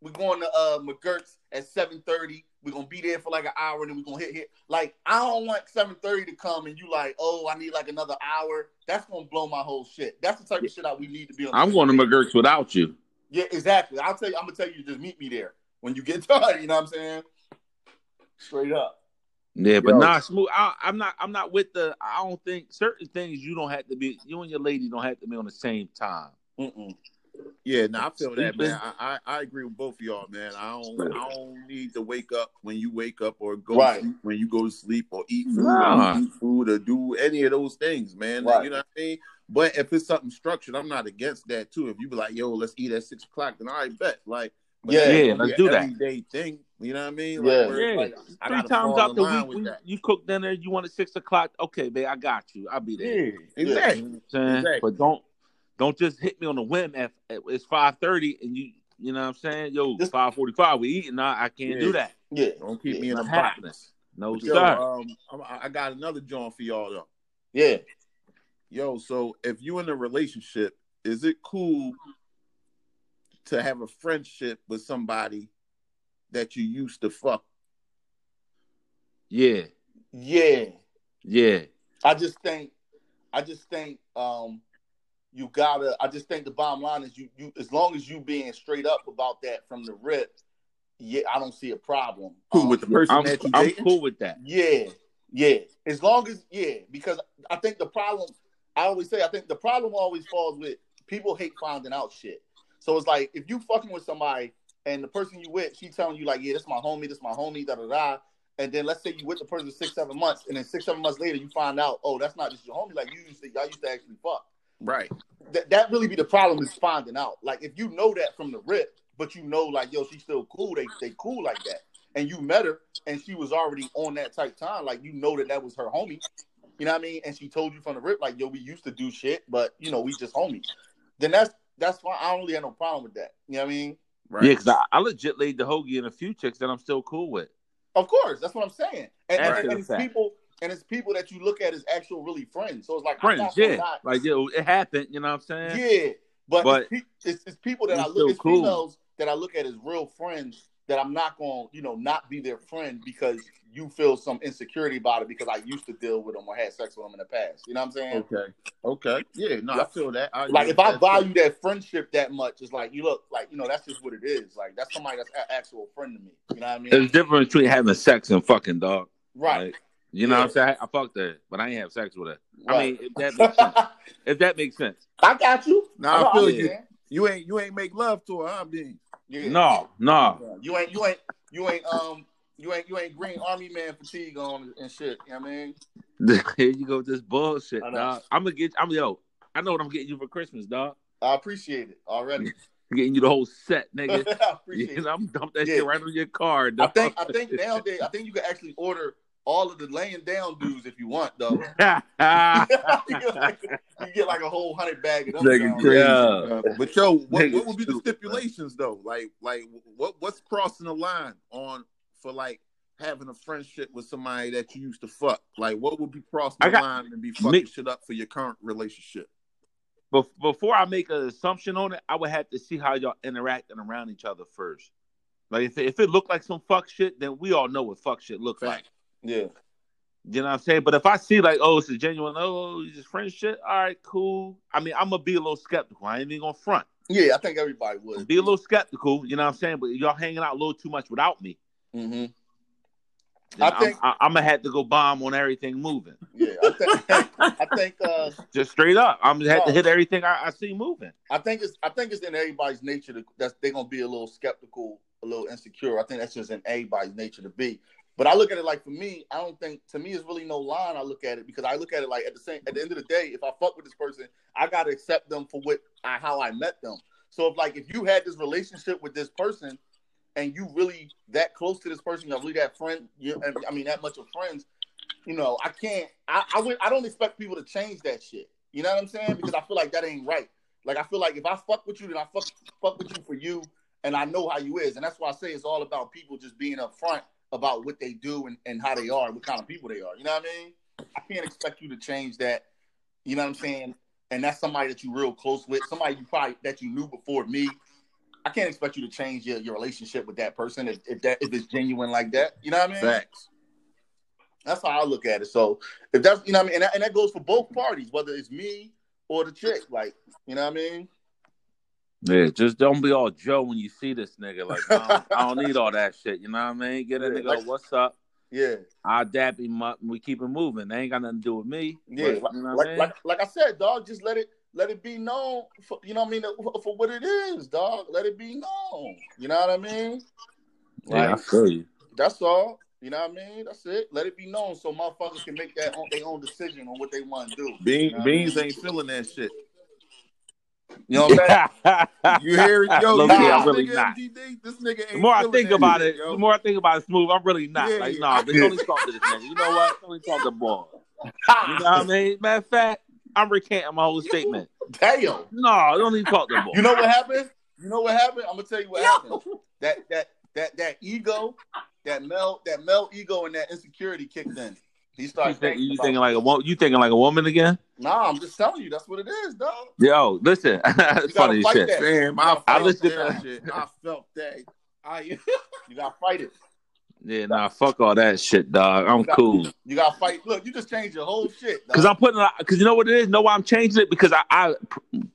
we going to uh McGurk's at seven thirty. We're gonna be there for like an hour and then we're gonna hit hit. Like I don't want seven thirty to come and you like, oh, I need like another hour. That's gonna blow my whole shit. That's the type of shit that we need to be on. the
I'm
same
going to
page.
McGurk's without you.
Yeah, exactly. I'll tell you. I'm gonna tell you. Just meet me there when you get done. You know what I'm saying? Straight up.
Yeah, but
Yo.
nah, smooth. I, I'm not. I'm not with the. I don't think certain things you don't have to be. You and your lady don't have to be on the same time.
Mm-mm.
Yeah, no, I feel that,
Stupid.
man. I, I I agree with both of y'all, man. I don't I don't need to wake up when you wake up or go to
Right.
sleep when you go to sleep or eat food
Nah.
or eat food or do any of those things, man.
Right.
You know what I mean? But if it's something structured, I'm not against that too. If you be like, yo, let's eat at six o'clock, then I bet. Like but
Yeah.
that's
Yeah,
gonna be
let's
an
do that.
Everyday thing. You know what I mean?
Yeah.
where
Yeah,
it's like, I
three
gotta
times
fall
out
in
the
line
week.
with
we-
that.
You cook dinner. You want at six o'clock? Okay, babe, I got you. I'll be there.
Exactly.
You know what I'm saying?
Exactly.
But don't don't just hit me on the whim. If if it's five thirty and you you know what I'm saying, yo,
This-
five forty five, we eating. Nah, I can't do
Yeah.
that.
Yeah.
Don't keep me in
It's
a
not happening.
box.
No
Yo,
sir.
um, I, I got another joint for y'all though.
Yeah.
Yo, so if you in a relationship, is it cool to have a friendship with somebody that you used to fuck?
yeah,
Yeah.
yeah.
I just think. I just think. Um, you gotta. I just think the bottom line is you. You as long as you being straight up about that from the rip. Yeah, I don't see a problem.
Who
Um,
with the person
I'm
that you
I'm
dating?
cool with that.
Yeah, yeah. As long as yeah, because I think the problem I always say I think the problem always falls with people hate finding out shit. So it's like if you fucking with somebody and the person you with, she telling you like, yeah, this my homie, this my homie, da da da. And then let's say you with the person six seven months, and then six seven months later you find out, oh, that's not just your homie. Like you used to, y'all used to actually fuck.
Right.
That that really be the problem is finding out. Like if you know that from the rip, but you know like yo, she's still cool. They they cool like that and you met her and she was already on that type time, like you know that that was her homie. You know what I mean? And she told you from the rip, like, yo, we used to do shit, but you know, we just homies. Then that's that's why I don't really have no problem with that. You know what I mean?
Right.
Yeah, because I, I legit laid the hoagie in a few chicks that I'm still cool with.
Of course, that's what I'm saying. And, and-
After
and
the
it's
fact.
people and it's people that you look at as actual really friends. So it's like I'm
Friends,
not, I'm
yeah.
not-
Like yo, it happened. You know what I'm saying?
yeah. But,
But
it's, pe- it's, it's people that
we
I
still
look it's
cool.
females that I look at as real friends that I'm not gonna, you know, not be their friend because you feel some insecurity about it because I used to deal with them or had sex with them in the past. You know what I'm saying?
Oh,
Okay. Okay. Yeah. No, I feel that. I
like
agree
if I
with that, too.
value that friendship that much, it's like you look like you know that's just what it is. Like that's somebody that's an actual friend to me. You know what I mean?
There's difference between having sex and fucking dog.
right.
Like, you know
Yeah.
what I'm saying? I fucked her, but I ain't have sex with her. I mean,
right.
if that makes sense. if that makes sense.
I got you.
Nah, I
know,
feel you.
understand.
You ain't you ain't make love to her, huh, B?
Yeah.
No, no.
You ain't. You ain't. You ain't. Um. You ain't. You ain't green army man fatigue on and shit. You know what I mean?
Here you go with this bullshit,
I know.
dog. I'm gonna get. I'm yo. I know what I'm getting you for Christmas, dog.
I appreciate it already.
I'm getting you the whole set,
I
nigga.
appreciate
You
it.
know, I'm dump that
Yeah.
shit right on your car.
I
Dog.
think. I think nowadays. I think you can actually order all of the laying down dudes if you want though. you, get like, you get like a whole hundred bag of them.
Nigga
down.
crazy.
yeah.
Uh, but yo, what,
Nigga
what would be the
stupid,
stipulations though? Like like what what's crossing the line on for like having a friendship with somebody that you used to fuck? Like what would be crossing
I
the
got-
line and be fucking
Nick-
shit up for your current relationship?
Bef- before I make an assumption on it, I would have to see how y'all interacting around each other first. Like if it, if it looked like some fuck shit, then we all know what fuck shit look like.
Yeah.
You know what I'm saying? But if I see like, oh, it's a genuine, oh, it's just friend shit. All right, cool. I mean, I'm gonna be a little skeptical. I ain't even gonna front.
Yeah, I think everybody would.
Be a little skeptical. You know what I'm saying? But y'all hanging out a little too much without me.
hmm
I
I think-
am I'm gonna have to go bomb on everything moving.
Yeah, I think I think uh,
Just straight up, I'm gonna have to hit everything I, I see moving.
I think it's I think it's in everybody's nature to that's they're gonna be a little skeptical, a little insecure. I think that's just in everybody's nature to be. But I look at it like for me, I don't think to me it's really no line. I look at it because I look at it like at the same at the end of the day, if I fuck with this person, I gotta accept them for what I how I met them. So if like if you had this relationship with this person and you really that close to this person, you really that friend, you I mean that much of friends, you know, I can't I I, would, I don't expect people to change that shit. You know what I'm saying? Because I feel like that ain't right. Like I feel like if I fuck with you, then I fuck fuck with you for you, and I know how you is, and that's why I say it's all about people just being upfront about what they do and, and how they are, and what kind of people they are. You know what I mean? I can't expect you to change that. You know what I'm saying? And that's somebody that you real close with, somebody you probably that you knew before me. I can't expect you to change your, your relationship with that person if, if that if it's genuine like that. You know what I mean?
Facts.
That's how I look at it. So if that's you know what I mean, and that, and that goes for both parties, whether it's me or the chick. Like you know what I mean?
Yeah, just don't be all Joe when you see this nigga. Like I don't, I don't need all that shit. You know what I mean? Get a
Yeah,
nigga,
like-
what's up?
Yeah.
I dap him up and we keep it moving. They ain't got nothing to do with me.
Yeah,
But,
like,
you know what
like,
I mean?
like like I said, dog, just let it let it be known. For, you know what I mean? For, for what it is, dog. Let it be known. You know what I mean?
yeah, I feel you.
That's all. You know what I mean? That's it. Let it be known so motherfuckers can make that own, their own decision on what they want to do.
Bean,
You know what I
Beans
mean?
ain't feeling that shit.
You know what I'm saying?
You hear it, yo?
Low-key,
this
I'm really
nigga,
not.
MGD, this nigga ain't
The more I
feeling
think
that
about
shit,
it,
yo.
the more I think about it, smooth. I'm really not.
Yeah,
like,
yeah.
nah, bitch, don't even talk to this nigga. You know what? Don't even talk to ball. You know what I mean? Matter of fact, I'm recanting my whole statement.
Damn.
No, don't even talk to ball.
You know what happened? You know what happened? I'm gonna tell you what happened. That that that that ego, that male that male ego and that insecurity kicked in. He
you
started
think,
thinking,
you
about-
thinking like a wo- you thinking like a woman again?
Nah, I'm just telling you, that's what it is, dog.
Yo, listen, it's funny as
fight
shit.
that.
Damn, I felt
I listened
that
to-
shit. I felt that. I
You gotta fight it.
Yeah, nah, fuck all that shit, dog. I'm cool.
You gotta fight. Look, you just changed your whole shit. dog.
Cause I'm putting, because you know what it is. Know why I'm changing it? Because I, I,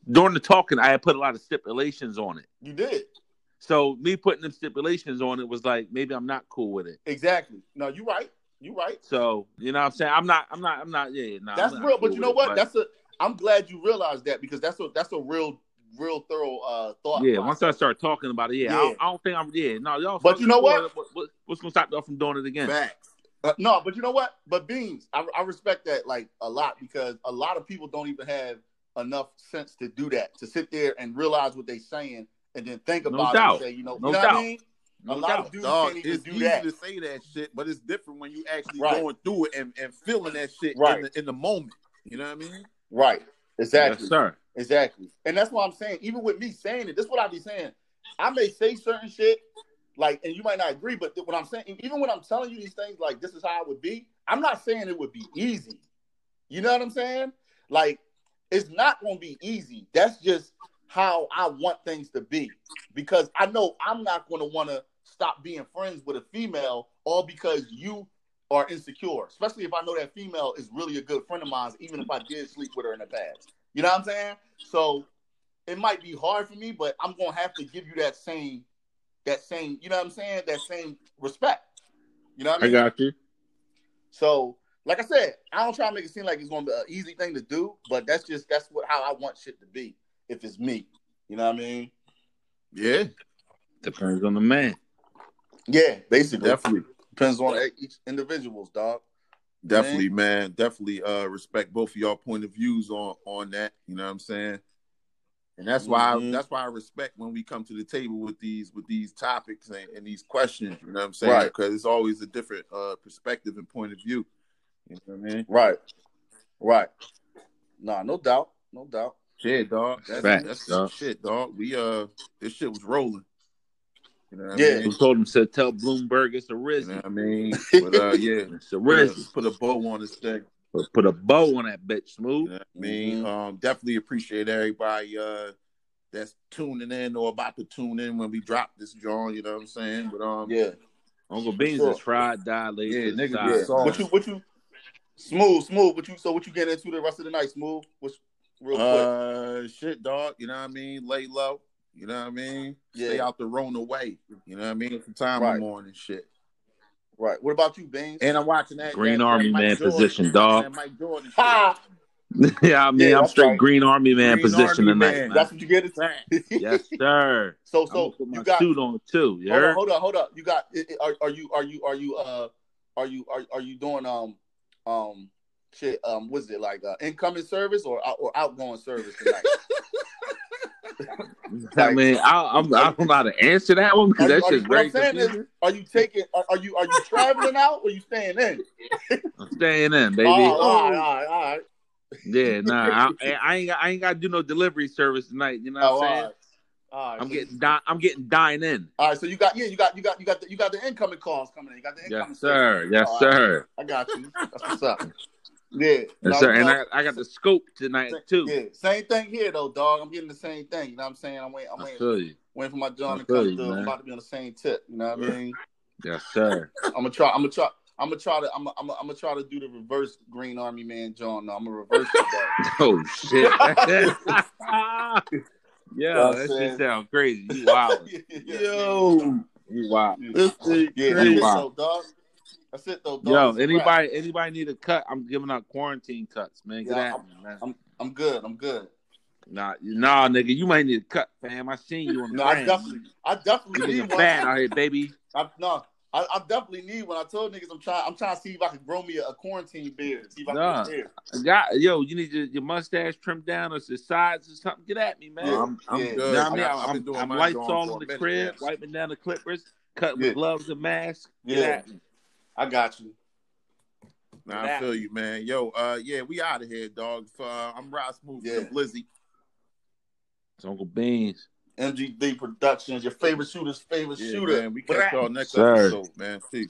during the talking, I had put a lot of stipulations on it.
you did
So me putting them stipulations on it was like maybe I'm not cool with it.
exactly. No, you right. You right.
So you know what I'm saying? I'm not, I'm not, I'm not. Yeah, nah,
That's
I'm not
real. But
cool
you know
with it,
what? That's a. I'm glad you realized that because that's a that's a real real thorough uh thought.
yeah.
process.
Once I start talking about it, yeah, I, don't,
Yeah.
I don't think I'm. Yeah, no, y'all.
But you know what?
what, what- What's gonna stop y'all from doing it again?
facts.
Uh, no, but you know what? But beans, I, I respect that like a lot because a lot of people don't even have enough sense to do that to sit there and realize what they're saying and then think
No
about
doubt.
it. And say, you know,
No
you know
doubt.
what I mean?
No
a lot
doubt.
of dudes
Dog,
can't even
it's
do
easy
that.
to say that shit, but it's different when you actually
Right.
going through it and, and feeling that shit
Right.
in, the, in the moment. You know what I mean?
Right. Exactly.
Yes, sir.
Exactly. And that's what I'm saying. Even with me saying it, that's what I be saying. I may say certain shit, like, and you might not agree, but what I'm saying, even when I'm telling you these things, like, this is how it would be, I'm not saying it would be easy. You know what I'm saying? Like, it's not going to be easy. That's just how I want things to be because I know I'm not going to want to stop being friends with a female all because you are insecure, especially if I know that female is really a good friend of mine, even if I did sleep with her in the past. You know what I'm saying? So it might be hard for me, but I'm gonna have to give you that same, that same, you know what I'm saying? That same respect. You know what I mean?
got you.
So, like I said, I don't try to make it seem like it's gonna be an easy thing to do, but that's just that's what how I want shit to be if it's me. You know what I mean?
Yeah,
Depends on the man.
Yeah, basically.
definitely.
Depends on e-, each individuals, dog.
Definitely, man. Definitely uh respect both of y'all point of views on on that. You know what I'm saying? And that's why I,
Mm-hmm.
Mhm.
that's why I respect when we come to the table with these with these topics and, and these questions. You know what I'm saying?
Right.
Because it's always a different uh perspective and point of view. You know what I mean?
Right. Right. Nah, no doubt. No doubt.
Yeah, dog. That's
Facts,
that's
dog.
shit, dog. We uh this shit was rolling. You know what
Yeah.
I
Who
mean?
told him said tell Bloomberg it's a
You
risk.
know what I mean? But uh yeah.
It's a
Put a,
risk.
put a bow on this thing.
Put, put a bow on that bitch, smooth.
You know what I mean?
Mm-hmm.
Um, definitely appreciate everybody uh that's tuning in or about to tune in when we drop this joint, you know what I'm saying? But um
Yeah.
Uncle Beans
Sure.
is fried, died, laid.
Yeah,
to the
niggas
side.
be
Yeah.
sorry.
What you what you smooth, smooth, what you so what you getting into the rest of the night, smooth? What's real quick?
uh shit dog, you know what I mean? Lay low, you know what I mean? Stay
Yeah.
out the Rona way, you know what I mean? Some time in
Right.
the morning shit.
right. What about you, Beans?
And I'm watching that
Green
that- that
Army
Mike
man
Jordan-
position, dog.
that Mike Jordan shit.
Ha!
yeah, I mean,
Yeah,
I'm
that's
straight
right.
Green Army man
Green
position
Army
tonight.
man.
man.
That's what you get into.
Fact.
yes, sir.
So
I'm
so
gonna put my
you got
suit on too. You
hold on,
heard?
hold on, hold on. You got i- i- are, are you are you are you uh are you are, are you doing um um shit um what's it like uh, incoming service or out- or outgoing service tonight?
I mean, I, I'm, I don't know how to answer that one because
Are you-
that
are you-
shit's
what I'm
very
saying is,
confusing.
are you taking? Are, are you are you traveling out or you staying in?
I'm staying in, baby.
Oh, all right, all right, all right.
Yeah, nah, I, I ain't, got- I ain't got to do no delivery service tonight. You know what
Oh, all
I'm saying?
right. All right.
I'm
so
getting, di- I'm getting dine in.
All right, so you got yeah, you got you got you got the, you got the incoming calls coming in. You got the incoming.
Yes, sir. Yes,
All right.
sir.
I got you. That's what's up. Yeah.
Yes, sir. And I, I got the scope tonight too.
Yeah, same thing here though, dog. I'm getting the same thing. You know what I'm saying? I'm waiting. I'm
I
waiting,
feel you.
waiting for my
I
John to
feel
come
you,
through.
man.
I'm about to be on the same tip. You know what I mean?
Yes, sir.
I'm gonna try. I'm gonna try. I'm gonna try to. I'm gonna. I'm gonna try to do the reverse Green Army man, John. No, I'm gonna reverse it. Dog.
Oh shit. yeah,
know what I'm
that
saying?
shit sound crazy. You wild.
yeah, yeah,
Yo,
You wild.
yeah.
this thing
Yeah, that's
crazy.
it
Wow.
though, dog. That's it though, dog.
Yo,
It's a wrap.
anybody anybody need a cut? I'm giving out quarantine cuts, man. Get
Yeah,
at me, man.
I'm good. I'm good.
Nah, nah, nigga, you might need a cut, fam. I seen you on the
No, I
gram.
definitely, I
You
definitely
nigga
need
fat
one.
out here, baby.
I, no, I, I definitely need one. I told niggas I'm trying. I'm trying to see if I can grow me a, a quarantine beard. See if I can
Nah.
get a beard.
Got, yo, you need your, your mustache trimmed down or the sides or something. Get at me, man.
Yeah.
I'm, I'm
Yeah.
You
good.
know what I mean?
I,
I,
I've been
am
doing
I'm
mine
lights
going
on
for a
in the
minute
crib,
now.
wiping down the clippers, cutting with
Yeah.
gloves and masks. Get
Yeah.
at me.
I got you.
Nah, I feel you, man. Yo, uh, yeah, we out of here, dog. Uh, I'm Rod Smooth,
Yeah.
yeah. Blizzy.
It's Uncle Beans.
MGD Productions, your favorite shooter's favorite
Yeah,
shooter.
man. We catch y'all next
Sir.
episode, man. See.